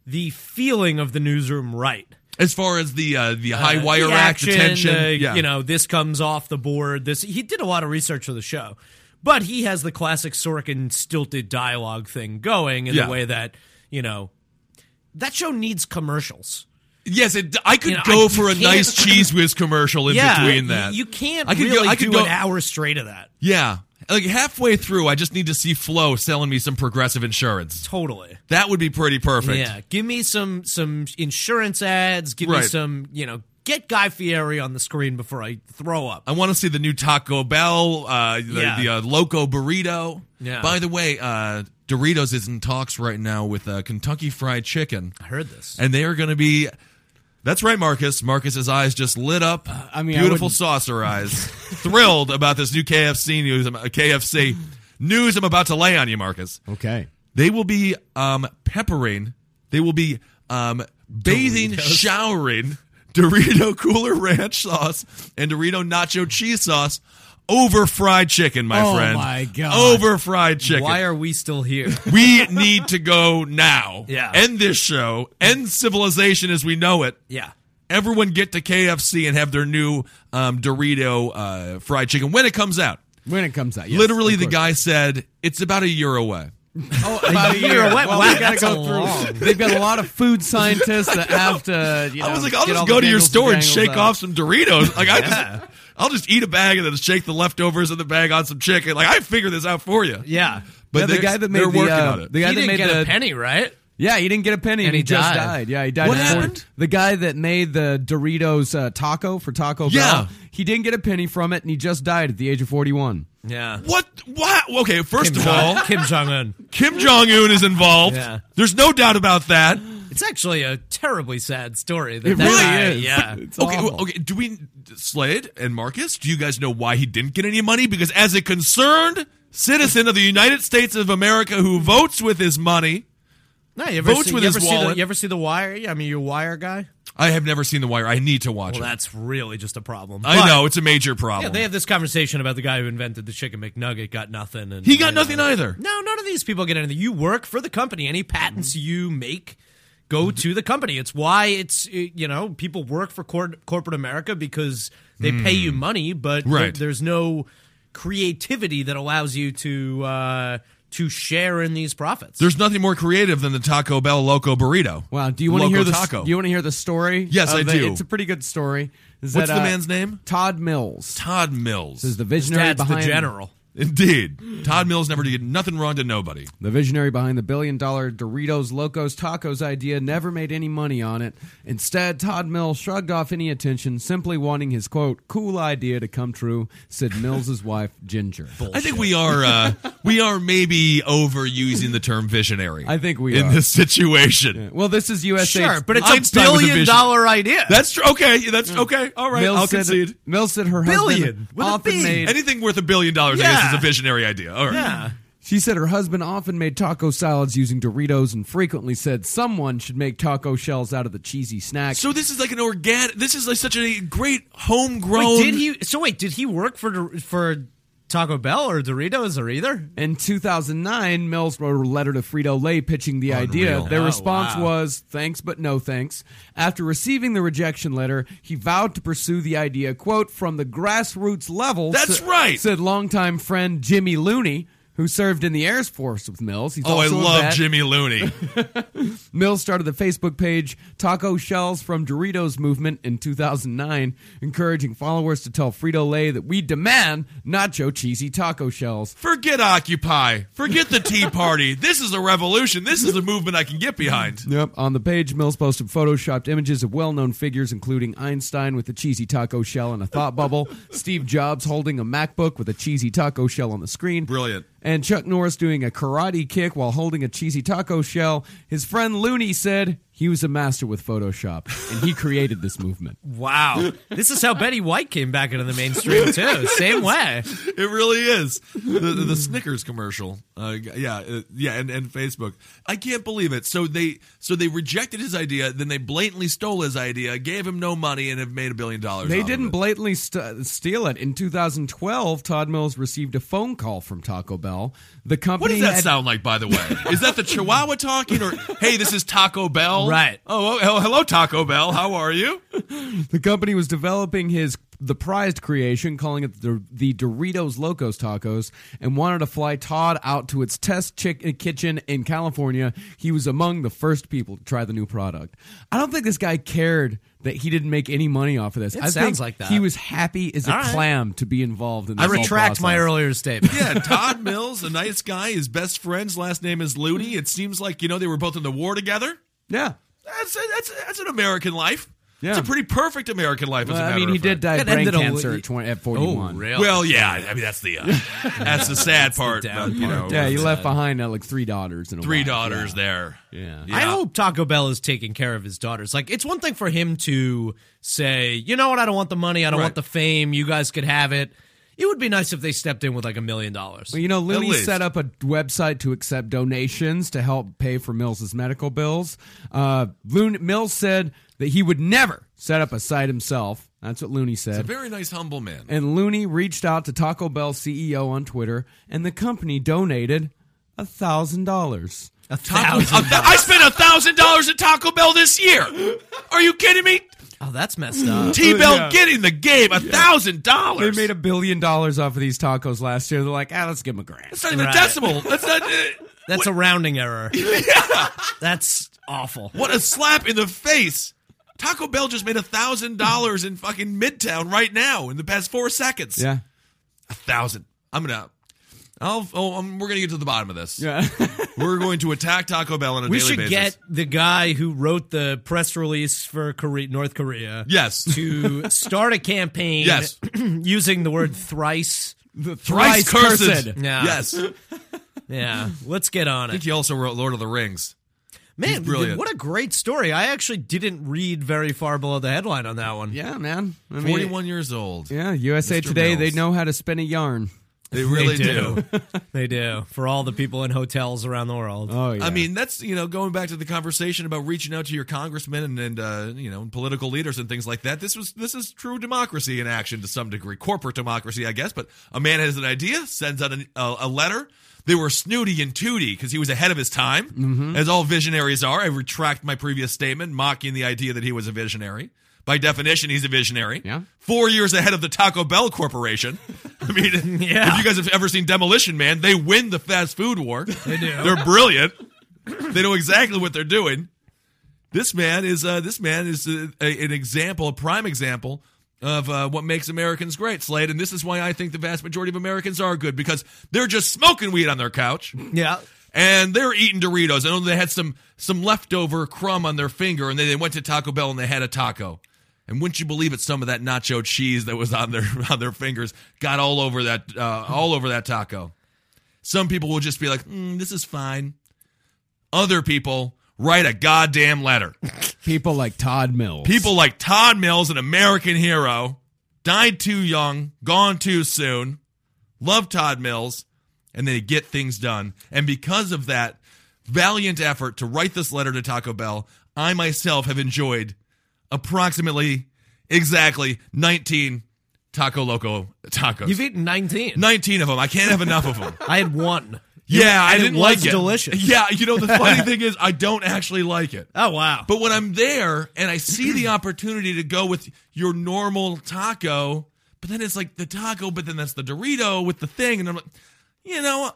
G: the feeling of the newsroom right.
F: As far as the, uh, the high
G: Uh,
F: wire
G: the
F: rack,
G: action,
F: the tension.
G: uh,
F: yeah.
G: You know, this comes off the board. This he did a lot of research for the show, but he has the classic Sorkin stilted dialogue thing going in
F: Yeah.
G: the way that you know that show needs commercials.
F: Yes, it, I could
G: You know, I-
F: go
G: you
F: for a
G: can't-
F: nice Cheese Whiz commercial in
G: yeah,
F: between
G: you-
F: that.
G: you can't
F: I could
G: really
F: go, I could
G: do
F: go,
G: an hour straight of that.
F: Yeah. Like halfway through, I just need to see Flo selling me some progressive insurance.
G: Totally.
F: That would be pretty perfect.
G: Yeah, give me some some insurance ads. Give
F: Right.
G: me some you know get Guy Fieri on the screen before I throw up.
F: I want to see the new Taco Bell, uh, the,
G: Yeah.
F: the uh, Loco Burrito.
G: Yeah.
F: By the way, uh, Doritos is in talks right now with uh, Kentucky Fried Chicken,
G: I heard this.
F: and they are going to be. That's right, Marcus. Marcus's eyes just lit up.
G: Uh,
H: I mean, I
F: beautiful
H: wouldn't-
F: saucer eyes. Thrilled about this new KFC news. I'm- uh, KFC news. I'm about to lay on you, Marcus.
H: Okay.
F: They will be um, peppering. They will be um, bathing, showering Dorito Cooler Ranch sauce and Dorito Nacho Cheese sauce over fried chicken, my
H: Oh
F: friend.
H: my God.
F: Over fried chicken.
G: Why are we still here?
F: we need to go now.
G: Yeah.
F: End this show. End civilization as we know it.
G: yeah.
F: Everyone get to KFC and have their new um, Dorito uh, fried chicken when it comes out.
H: When it comes out, yes,
F: Literally,
H: of
F: the
H: course.
F: guy said it's about a year away.
H: about a year.
G: Wow,
H: Well, they've
G: that's
H: got to go through.
G: long.
H: They've got a lot of food scientists that have to. You know,
F: I was like, I'll
H: get all
F: just
H: the
F: go to your
H: dangles
F: store and
H: dangles
F: shake
H: out.
F: off some Doritos. Like I just, I'll just eat a bag and then shake the leftovers in the bag on some chicken. Like I figured this out for you.
G: Yeah.
F: but
H: Yeah, the
F: they're-
H: guy that made
F: they're
H: the,
F: working
H: uh,
F: on it.
H: the guy
G: he
H: that
G: didn't
H: made
G: get
H: the
G: a penny, right?
H: Yeah, he didn't get a penny, and,
G: he
H: he, just
G: died.
H: died. Yeah, he died.
F: What
H: in Fort-
F: happened?
H: The guy that made the Doritos uh, taco for Taco Bell,
F: Yeah.
H: he didn't get a penny from it, and he just died at the age of forty-one.
G: Yeah.
F: What? What? Okay, first
G: Kim
F: of
G: Jong-
F: all,
G: Kim Jong Un.
F: Kim Jong Un is involved.
G: Yeah.
F: There's no doubt about that.
G: It's actually a terribly sad story. That
H: It
G: that
H: really
G: guy-
H: is.
G: Yeah.
H: It's
F: okay,
H: awful.
F: okay. Do we Slade and Marcus? Do you guys know why he didn't get any money? Because as a concerned citizen of the United States of America who votes with his money,
G: No, you ever,
F: Votes
G: see,
F: with
G: you
F: his
G: ever see the,
F: wallet.
G: you ever see the wire? Yeah, I mean, you a wire guy.
F: I have never seen The Wire. I need to watch
G: Well,
F: it.
G: that's really just a problem.
F: I
G: But-
F: know it's a major problem.
G: Yeah, they have this conversation about the guy who invented the chicken McNugget got nothing, and
F: he got
G: you know.
F: nothing either.
G: No, none of these people get anything. You work for the company. Any patents
F: Mm-hmm.
G: you make go to the company. It's why it's uh, you know people work for cor- corporate America because they pay you money, but
F: Mm.
G: th-
F: Right.
G: there's no creativity that allows you to uh, to share in these profits.
F: There's nothing more creative than the Taco Bell Loco Burrito.
H: Wow, do you want to hear
F: Loco
H: the
F: taco?
H: Do you want to hear the story?
F: Yes,
H: of
F: I
H: the-
F: do.
H: It's a pretty good story. Is
F: What's
H: that,
F: the
H: uh,
F: man's name?
H: Todd Mills.
F: Todd Mills.
H: This is the
G: His
H: visionary
G: dad's the
H: behind
G: general.
F: Indeed, Todd Mills never did nothing wrong to nobody.
H: The visionary behind the billion dollar Doritos Locos Tacos idea never made any money on it. Instead, Todd Mills shrugged off any attention, simply wanting his quote, cool idea to come true, said Mills' wife, Ginger.
F: I think we are uh, we are maybe overusing the term visionary.
H: I think we
F: in
H: are.
F: this situation.
H: Well, this is USA.
G: Sure, but it's
F: Einstein
G: a
F: was a
G: billion
F: vision.
G: dollar idea.
F: That's true. Okay, yeah, that's okay. All right,
H: Mills
F: I'll
H: said,
F: concede.
H: Mills said her
G: Billion,
H: husband
G: with a B.
H: often made
F: Anything worth a billion dollars, I guess,
G: Yeah.
F: is a visionary idea. All right.
G: yeah.
H: She said her husband often made taco salads using Doritos and frequently said someone should make taco shells out of the cheesy snack.
F: So this is like an organic. This is like such a great homegrown.
G: Wait, did he? So wait, did he work for Dor- for Taco Bell or Doritos or either?
H: in 2009, Mills wrote a letter to Frito Lay pitching the idea.
F: Oh,
H: Their response was thanks but no thanks. After receiving the rejection letter, he vowed to pursue the idea, quote, from the grassroots level.
F: That's
H: sa-
F: right.
H: Said longtime friend Jimmy Looney. who served in the Air Force with Mills. He's
F: Oh, I
H: also a
F: love
H: vet.
F: Jimmy Looney.
H: Mills started the Facebook page Taco Shells from Doritos Movement in 2009, encouraging followers to tell Frito Lay that we demand nacho cheesy taco shells.
F: Forget Occupy. Forget the Tea Party. This is a revolution. This is a movement I can get behind.
H: Yep. On the page, Mills posted photoshopped images of well known figures, including Einstein with a cheesy taco shell and a thought bubble, Steve Jobs holding a MacBook with a cheesy taco shell on the screen.
F: Brilliant.
H: And Chuck Norris doing a karate kick while holding a cheesy taco shell. His friend Looney said he was a master with Photoshop, and he created this movement.
G: Wow. this is how Betty White came back into the mainstream, too. Same way.
F: It really is the, the, the Snickers commercial. Uh, yeah, uh, yeah, and, and Facebook. I can't believe it. So they so they rejected his idea, then they blatantly stole his idea, gave him no money, and have made a billion dollars.
H: They
F: off of
H: didn't
F: it.
H: blatantly st- steal it. In 2012, Todd Mills received a phone call from Taco Bell. The
F: What
H: company
F: does that
H: had-
F: sound like, by the way? Is that the Chihuahua talking, or hey, this is Taco Bell?
G: Right.
F: Oh, oh, hello, Taco Bell. How are you?
H: The company was developing his the prized creation, calling it the, the Doritos Locos Tacos, and wanted to fly Todd out to its test chick- kitchen in California. He was among the first people to try the new product. I don't think this guy cared that he didn't make any money off of this. It I
G: sounds
H: think
G: like that.
H: He was happy as a
G: All right.
H: clam to be involved in. This
G: I
H: whole
G: retract my
H: process.
G: earlier statement.
F: Yeah, Todd Mills, a nice guy. His best friend's last name is Looney. It seems like you know they were both in the war together.
H: Yeah.
F: That's that's that's an American life. It's
H: Yeah.
F: a pretty perfect American life. As a
H: Well, I
F: matter
H: mean, he
F: of fact.
H: did die of Oh,
G: That
H: brain
G: ended a-
H: cancer at, 20, at 41.
F: Well, yeah. I mean, that's the uh, that's the sad part.
G: down
F: but, you know,
G: part.
H: Yeah,
F: with
H: he left behind uh, like three daughters and a
F: three
H: wife.
F: daughters there.
H: Yeah.
G: I hope Taco Bell is taking care of his daughters. Like, it's one thing for him to say, you know what, I don't want the money, I don't want the fame, you guys could have it. It would be nice if they stepped in with like a million dollars.
H: Well, you know, Looney
F: least.
H: set up a website to accept donations to help pay for Mills's medical bills. Uh, Loon- Mills said that he would never set up a site himself. That's what Looney
F: a
H: said.
F: very nice, humble man.
H: and Looney reached out to Taco Bell CEO on Twitter, and the company donated a thousand dollars.
G: A
F: Taco-
G: thousand.
F: a th- I spent a thousand dollars at Taco Bell this year. Are you kidding me?
G: Oh, that's messed up.
F: T Bell getting the game a thousand
H: They
F: dollars.
H: made a billion dollars off of these tacos last year. They're like, ah, let's give them a grand.
F: That's not even
G: Right.
F: a decimal. That's not. uh,
G: That's a rounding error. That's awful.
F: What a slap in the face! Taco Bell just made a thousand dollars in fucking Midtown right now in the past four seconds.
H: Yeah,
F: a thousand. I'm gonna. I'll. Oh, um, we're gonna get to the bottom of this.
H: yeah.
F: We're going to attack Taco Bell on a
G: We
F: daily
G: should
F: basis.
G: get the guy who wrote the press release for Korea, North Korea
F: yes.
G: to start a campaign
F: Yes.
G: using the word thrice.
F: Thrice cursed.
G: Yeah.
F: Yes. I
G: Yeah, let's get on it.
F: think he also wrote Lord of the Rings.
G: Man,
F: brilliant.
G: what a great story. I actually didn't read very far below the headline on that one.
H: yeah, man. I mean,
F: Forty-one years old.
H: Yeah, USA
F: Mr.
H: Today, they
F: Mills.
H: know how to spin a yarn.
F: They really do.
G: do. They do. For all the people in hotels around the world.
H: Oh, yeah.
F: I mean, that's you know, going back to the conversation about reaching out to your congressmen and, and uh, you know, and political leaders and things like that. This was this is true democracy in action to some degree, corporate democracy, I guess. But a man has an idea, sends out an, a, a letter. They were snooty and tooty because he was ahead of his time,
H: Mm-hmm.
F: as all visionaries are. I retract my previous statement, mocking the idea that he was a visionary. By definition, he's a visionary.
H: Yeah.
F: Four years ahead of the Taco Bell Corporation. I mean, if you guys have ever seen Demolition Man, they win the fast food war. They do. They're brilliant they know exactly what they're doing. This man is uh, this man is uh, a, an example, a prime example of uh, what makes Americans great, Slade. And this is why I think the vast majority of Americans are good because they're just smoking weed on their couch
G: yeah.
F: and they're eating Doritos. I know they had some some leftover crumb on their finger, and then they went to Taco Bell and they had a taco. And wouldn't you believe it? Some of that nacho cheese that was on their on their fingers got all over that uh, all over that taco. Some people will just be like, mm, "This is fine." Other people write a goddamn letter.
H: people like Todd Mills.
F: People like Todd Mills, an American hero, died too young, gone too soon. Love Todd Mills, and they get things done. And because of that valiant effort to write this letter to Taco Bell, I myself have enjoyed approximately exactly 19 Taco Loco tacos.
G: You've eaten 19.
F: 19 of them. I can't have enough of them.
G: I had one.
F: Yeah, I
G: And
F: didn't
G: it
F: like
G: was
F: it.
G: delicious.
F: Yeah, you know the funny thing is I don't actually like it.
G: Oh, wow.
F: But when I'm there and I see the opportunity to go with your normal taco, but then it's like the taco, but then that's the Dorito with the thing, and I'm like, you know,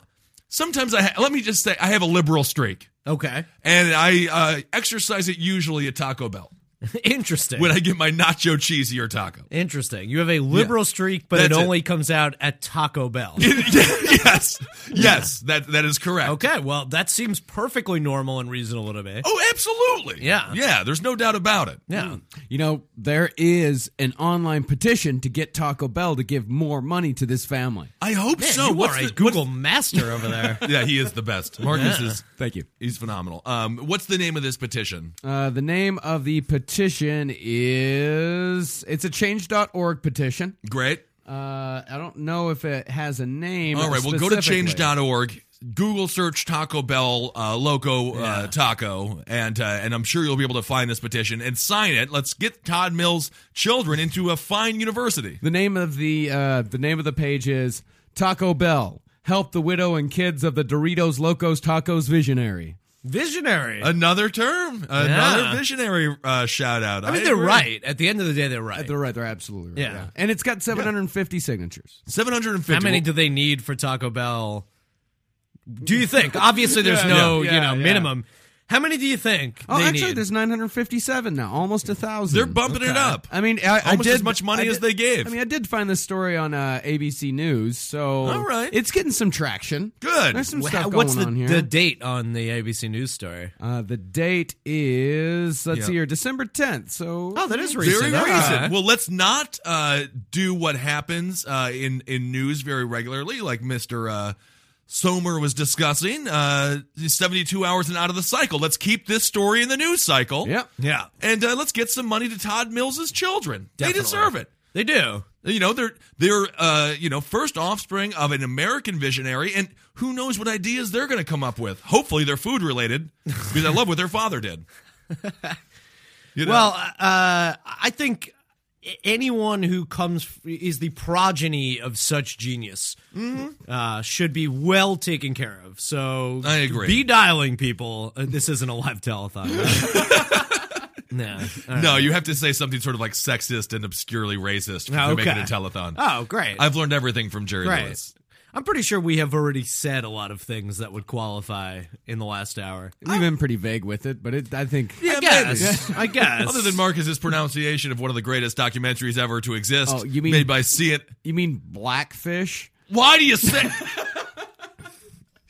F: sometimes I ha- let me just say I have a liberal streak,
G: Okay.
F: and I uh, exercise it usually at Taco Bell
G: Interesting.
F: when I get my nacho cheesier taco.
G: Interesting. You have a liberal streak, but it
F: That's it.
G: only comes out at Taco Bell.
F: yes, yes, that that is correct.
G: okay. Well, that seems perfectly normal and reasonable to me.
F: Oh, absolutely.
G: Yeah.
F: yeah. There's no doubt about it.
G: Yeah.
H: Hmm. You know, there is an online petition to get Taco Bell to give more money to this family.
F: I hope
G: Man,
F: so.
G: you
F: what's
G: are
F: the,
G: a
F: what's-
G: Google master over there.
F: yeah, he is the best. Marcus is
H: Thank you.
F: he's phenomenal. Um, what's the name of this petition?
H: Uh, the name of the petition is it's a change.org petition.
F: Great.
H: Uh, I don't know if it has a name.
F: All right, well, go to
H: specifically.
F: change.org. Google search Taco Bell uh, Loco uh, Taco, and uh, and I'm sure you'll be able to find this petition and sign it. Let's get Todd Mills' children into a fine university.
H: The name of the uh, the name of the page is Taco Bell. Help the widow and kids of the Doritos Locos Tacos visionary.
G: Visionary.
F: Another term,
G: Yeah.
F: another visionary uh, shout out.
G: I mean, they're
F: agree.
G: right. At the end of the day, they're right.
H: They're right. They're absolutely right.
G: Yeah.
H: And it's got 750 signatures.
F: 750.
G: How many do they need for Taco Bell? Do you think? Obviously, there's no
H: yeah,
G: you know
H: yeah.
G: minimum. How many do you think
H: Oh,
G: they
H: actually,
G: need?
H: there's 957 now, almost a thousand.
F: They're bumping it up.
H: I mean, I, I
F: Almost
H: did
F: as much money
H: I
F: as
H: did-
F: they gave.
H: I mean, I did find this story on uh, ABC News, so
F: All right.
H: it's getting some traction.
F: Good.
H: There's some
G: Wha-
H: stuff
G: What's
H: going
G: the,
H: on here.
G: the date on the ABC News story?
H: uh, the date is let's
F: Yeah.
H: see here, December 10th. So
G: Oh, that is
F: Very
G: recent.
F: recent.
G: Okay.
F: Well, let's not uh, do what happens uh, in in news very regularly, like Mister uh, Somer was discussing. Uh, Seventy two hours and out of the cycle. Let's keep this story in the news cycle.
H: Yep.
G: Yeah,
F: And uh, let's get some money to Todd Mills's children. They
G: Definitely.
F: deserve it.
G: they do.
F: You know, they're they're uh, you know first offspring of an American visionary, and who knows what ideas they're going to come up with. Hopefully, they're food related because I love what their father did. You know?
G: Well, uh, I think anyone who comes f- is the progeny of such genius uh, should be well taken care of. So
F: Mm-hmm. I agree.
G: Be dialing people. Uh, this isn't a live telethon. right? Uh, no. All right.
F: No, you have to say something sort of like sexist and obscurely racist to
G: Oh,
F: make it
G: okay.
F: a telethon.
G: Oh, great.
F: I've learned everything from Jerry
G: Right.
F: Lewis.
G: I'm pretty sure we have already said a lot of things that would qualify in the last hour.
H: We've been pretty vague with it, but it, I think
G: I guess. I guess.
F: Other than Marcus's pronunciation of one of the greatest documentaries ever to exist,
H: Oh, you mean-
F: made by See It.
H: you mean blackfish.
F: Why do you say?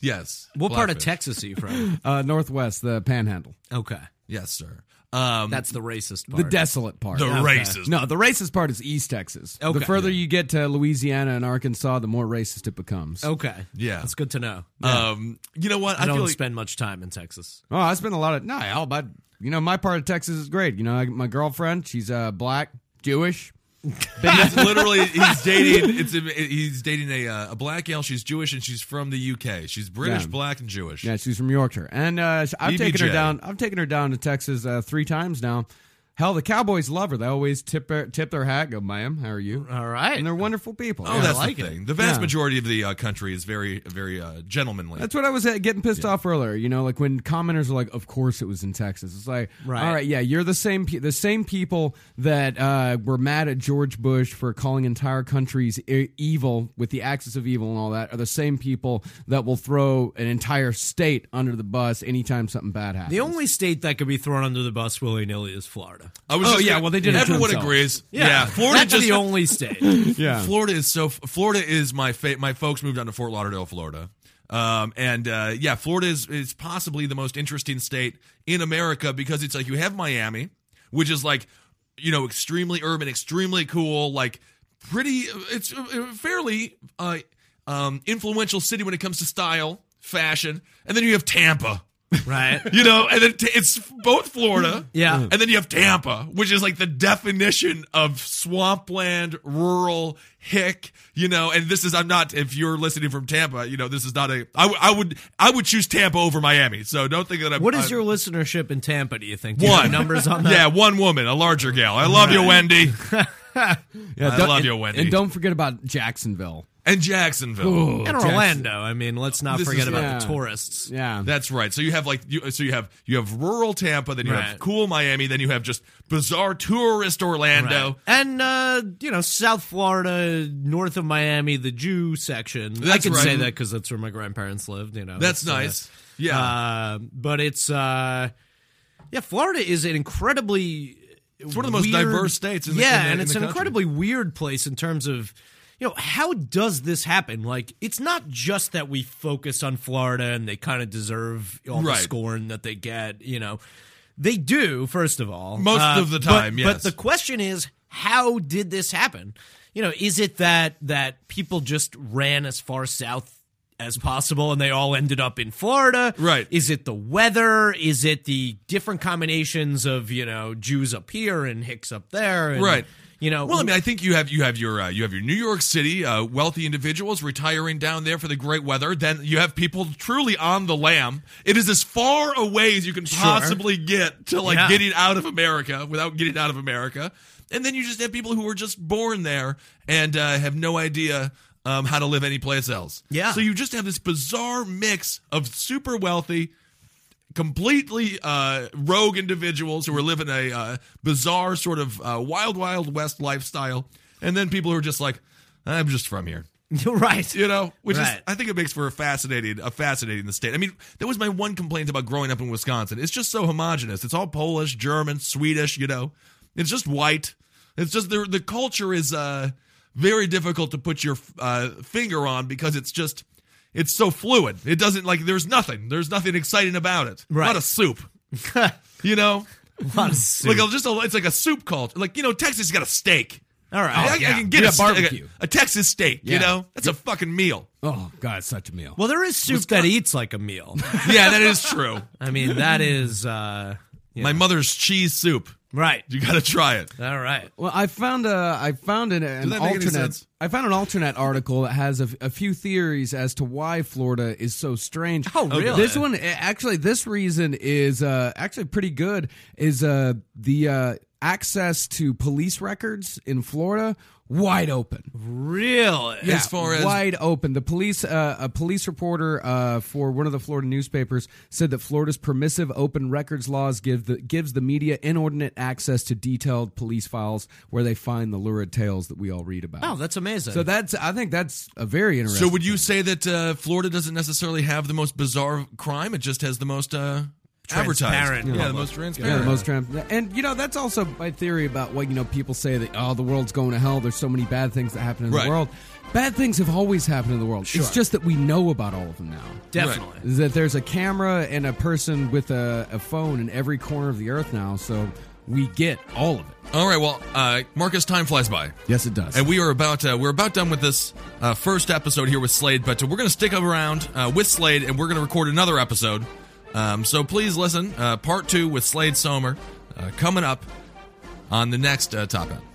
F: yes.
G: what part of
F: Blackfish.
G: Texas are you from?
H: Uh, Northwest, the Panhandle,
G: okay,
F: Yes, sir. Um,
G: that's the racist
H: the
G: part.
H: desolate part.
F: the
H: Yeah.
F: racist.
H: No, the racist part is East Texas.
G: Okay.
H: The further you get to Louisiana and Arkansas, the more racist it becomes.
G: okay,
F: Yeah.
G: that's good to know.
F: Um, you know what?
G: I, don't
F: feel like
G: spend much time in Texas.
H: Oh, I spend a lot of no. Hell, but you know, my part of Texas is great. You know, I, my girlfriend, she's uh, black, Jewish.
F: he's literally he's dating. It's he's dating a uh, a black gal. She's Jewish and she's from the UK. She's British,
H: Yeah.
F: black, and Jewish.
H: Yeah, she's from Yorkshire, and uh, sh- I've taken
F: BBJ.
H: her down. I've taken her down to Texas uh, three times now. Hell, the Cowboys love her. They always tip her, tip their hat. Go, ma'am, how are you?
G: All right.
H: And they're wonderful people.
F: Oh,
H: Yeah.
F: that's
G: like
F: the
G: it.
F: thing. The vast
H: Yeah.
F: majority of the uh, country is very, very uh, gentlemanly.
H: That's what I was uh, getting pissed off earlier. You know, like when commenters are like, "Of course it was in Texas." It's like,
G: Right.
H: all right, yeah, you're the same pe- the same people that uh, were mad at George Bush for calling entire countries e- evil with the axis of evil and all that are the same people that will throw an entire state under the bus anytime something bad happens.
G: The only state that could be thrown under the bus willy nilly is Florida.
F: I was
H: Oh,
F: just
H: yeah,
F: gonna-
H: well, they did it to
F: Everyone
H: themselves.
F: agrees. Yeah, Florida
G: that's
F: just
G: the only state.
H: yeah.
F: Florida is so. Florida is my fa- my folks moved down to Fort Lauderdale, Florida. Um, and uh, yeah, Florida is is possibly the most interesting state in America because it's like you have Miami, which is like you know extremely urban, extremely cool, like pretty. It's a fairly uh, um, influential city when it comes to style, fashion, and then you have Tampa.
G: right.
F: You know, and then t- it's both Florida.
G: Yeah.
F: And then you have Tampa, which is like the definition of swampland, rural, hick, you know, and this is, I'm not, if you're listening from Tampa, you know, this is not a, I, w- I would, I would choose Tampa over Miami. So don't think that I'm.
G: What is
F: I'm-
G: your listenership in Tampa? Do you think? Do you have
F: one
G: numbers on
F: Yeah,
G: that?
F: one woman, a larger gal. I love you, Wendy.
H: Yeah,
F: I
H: don't-
F: love
H: and-
F: you, Wendy.
H: And don't forget about Jacksonville.
F: and Jacksonville.
H: Ooh,
G: And
H: Jackson-
G: Orlando. I mean, let's not
F: This
G: forget
F: is-
G: about
H: yeah.
G: the tourists.
H: Yeah.
F: That's right. So you have like you, so you have you have rural Tampa, then you have
G: Right.
F: cool Miami, then you have just bizarre tourist Orlando.
G: Right. And uh, you know, South Florida, north of Miami, the Jew section. I
F: That's
G: can
F: right.
G: say that because that's where my grandparents lived. You know,
F: Oh, That's
G: It's, uh,
F: nice. Yeah.
G: uh, but it's uh, yeah, Florida is an incredibly it's
F: one of the most diverse states in the-
G: yeah,
F: in the-
G: and
F: in
G: it's
F: the
G: an
F: country.
G: incredibly weird place in terms of. You know, how does this happen? Like, it's not just that we focus on Florida and they kind of deserve all
F: Right.
G: the scorn that they get. You know, they do, first of all. Uh,
F: Most of the
G: but-
F: time,
G: but,
F: yes.
G: the question is, how did this happen? You know, is it that that people just ran as far south as possible and they all ended up in Florida?
F: Right.
G: Is it the weather? Is it the different combinations of you know Jews up here and Hicks up there? And,
F: Right.
G: You know.
F: Well, I mean, I think you have you have your uh, you have your New York City uh, wealthy individuals retiring down there for the great weather. Then you have people truly on the lam. It is as far away as you can possibly get to like
G: Yeah.
F: getting out of America without getting out of America. And then you just have people who were just born there and uh, have no idea um, how to live anyplace else.
G: Yeah.
F: So you just have this bizarre mix of super wealthy completely uh, rogue individuals who are living a uh, bizarre sort of uh, wild, wild west lifestyle, and then people who are just like, I'm just from here.
G: you're right.
F: You know, which is
G: Right.
F: I think it makes for a fascinating, a fascinating the state. I mean, that was my one complaint about growing up in Wisconsin. It's just so homogenous. It's all Polish, German, Swedish. You know, it's just white. It's just the the culture is uh, very difficult to put your uh, finger on because it's just it's so fluid. It doesn't like there's nothing. There's nothing exciting about it. A lot
G: Right.
F: of soup. you know,
G: Lot of soup.
F: like a, just a, it's like a soup culture. Like you know, Texas has got a steak.
G: All right.
F: I, I
H: yeah.
F: can get
H: We
F: a,
H: got
F: steak- like a-
H: barbecue.
F: a Texas steak. You
H: Yeah.
F: know, that's a fucking meal.
H: Oh God, it's such a meal.
G: well, there is soup that eats like a meal.
F: yeah, that is true.
G: I mean, that is uh, you
F: My
G: know.
F: mother's cheese soup.
G: right.
F: You got to try it.
G: All right.
H: Well, I found a, I found an, an
F: that make any sense?
H: alternate. I found an alternate article that has a, f- a few theories as to why Florida is so strange.
G: Oh, really?
H: This one, eh, actually, this reason is uh, actually pretty good. Is uh, the uh, access to police records in Florida wide open?
G: Really?
H: Yeah,
F: As far as-
H: wide open, the police, uh, a police reporter uh, for one of the Florida newspapers said that Florida's permissive open records laws give the gives the media inordinate access to detailed police files where they find the lurid tales that we all read about.
G: Oh, that's amazing.
H: so that's I think that's a very interesting.
F: So, would you say that uh, Florida doesn't necessarily have the most bizarre crime? It just has the most uh, advertised.
G: Transparent
F: Yeah, the
G: public.
F: most
H: Yeah,
F: transparent.
H: the most trans- and you know that's also my theory about what you know people say that oh the world's going to hell. There's so many bad things that happen in
F: Right.
H: the world. Bad things have always happened in the world. It's just that we know about all of them now.
G: Definitely.
H: is that there's a camera and a person with a, a phone in every corner of the earth now, so we get all of it.
F: All right. Well, uh, Marcus, time flies by.
H: Yes, it does.
F: And we are about uh, we're about done with this uh, first episode here with Slade, but uh, we're going to stick around uh, with Slade, and we're going to record another episode. Um, so please listen, uh, part two with Slade Somer uh, coming up on the next uh, top end.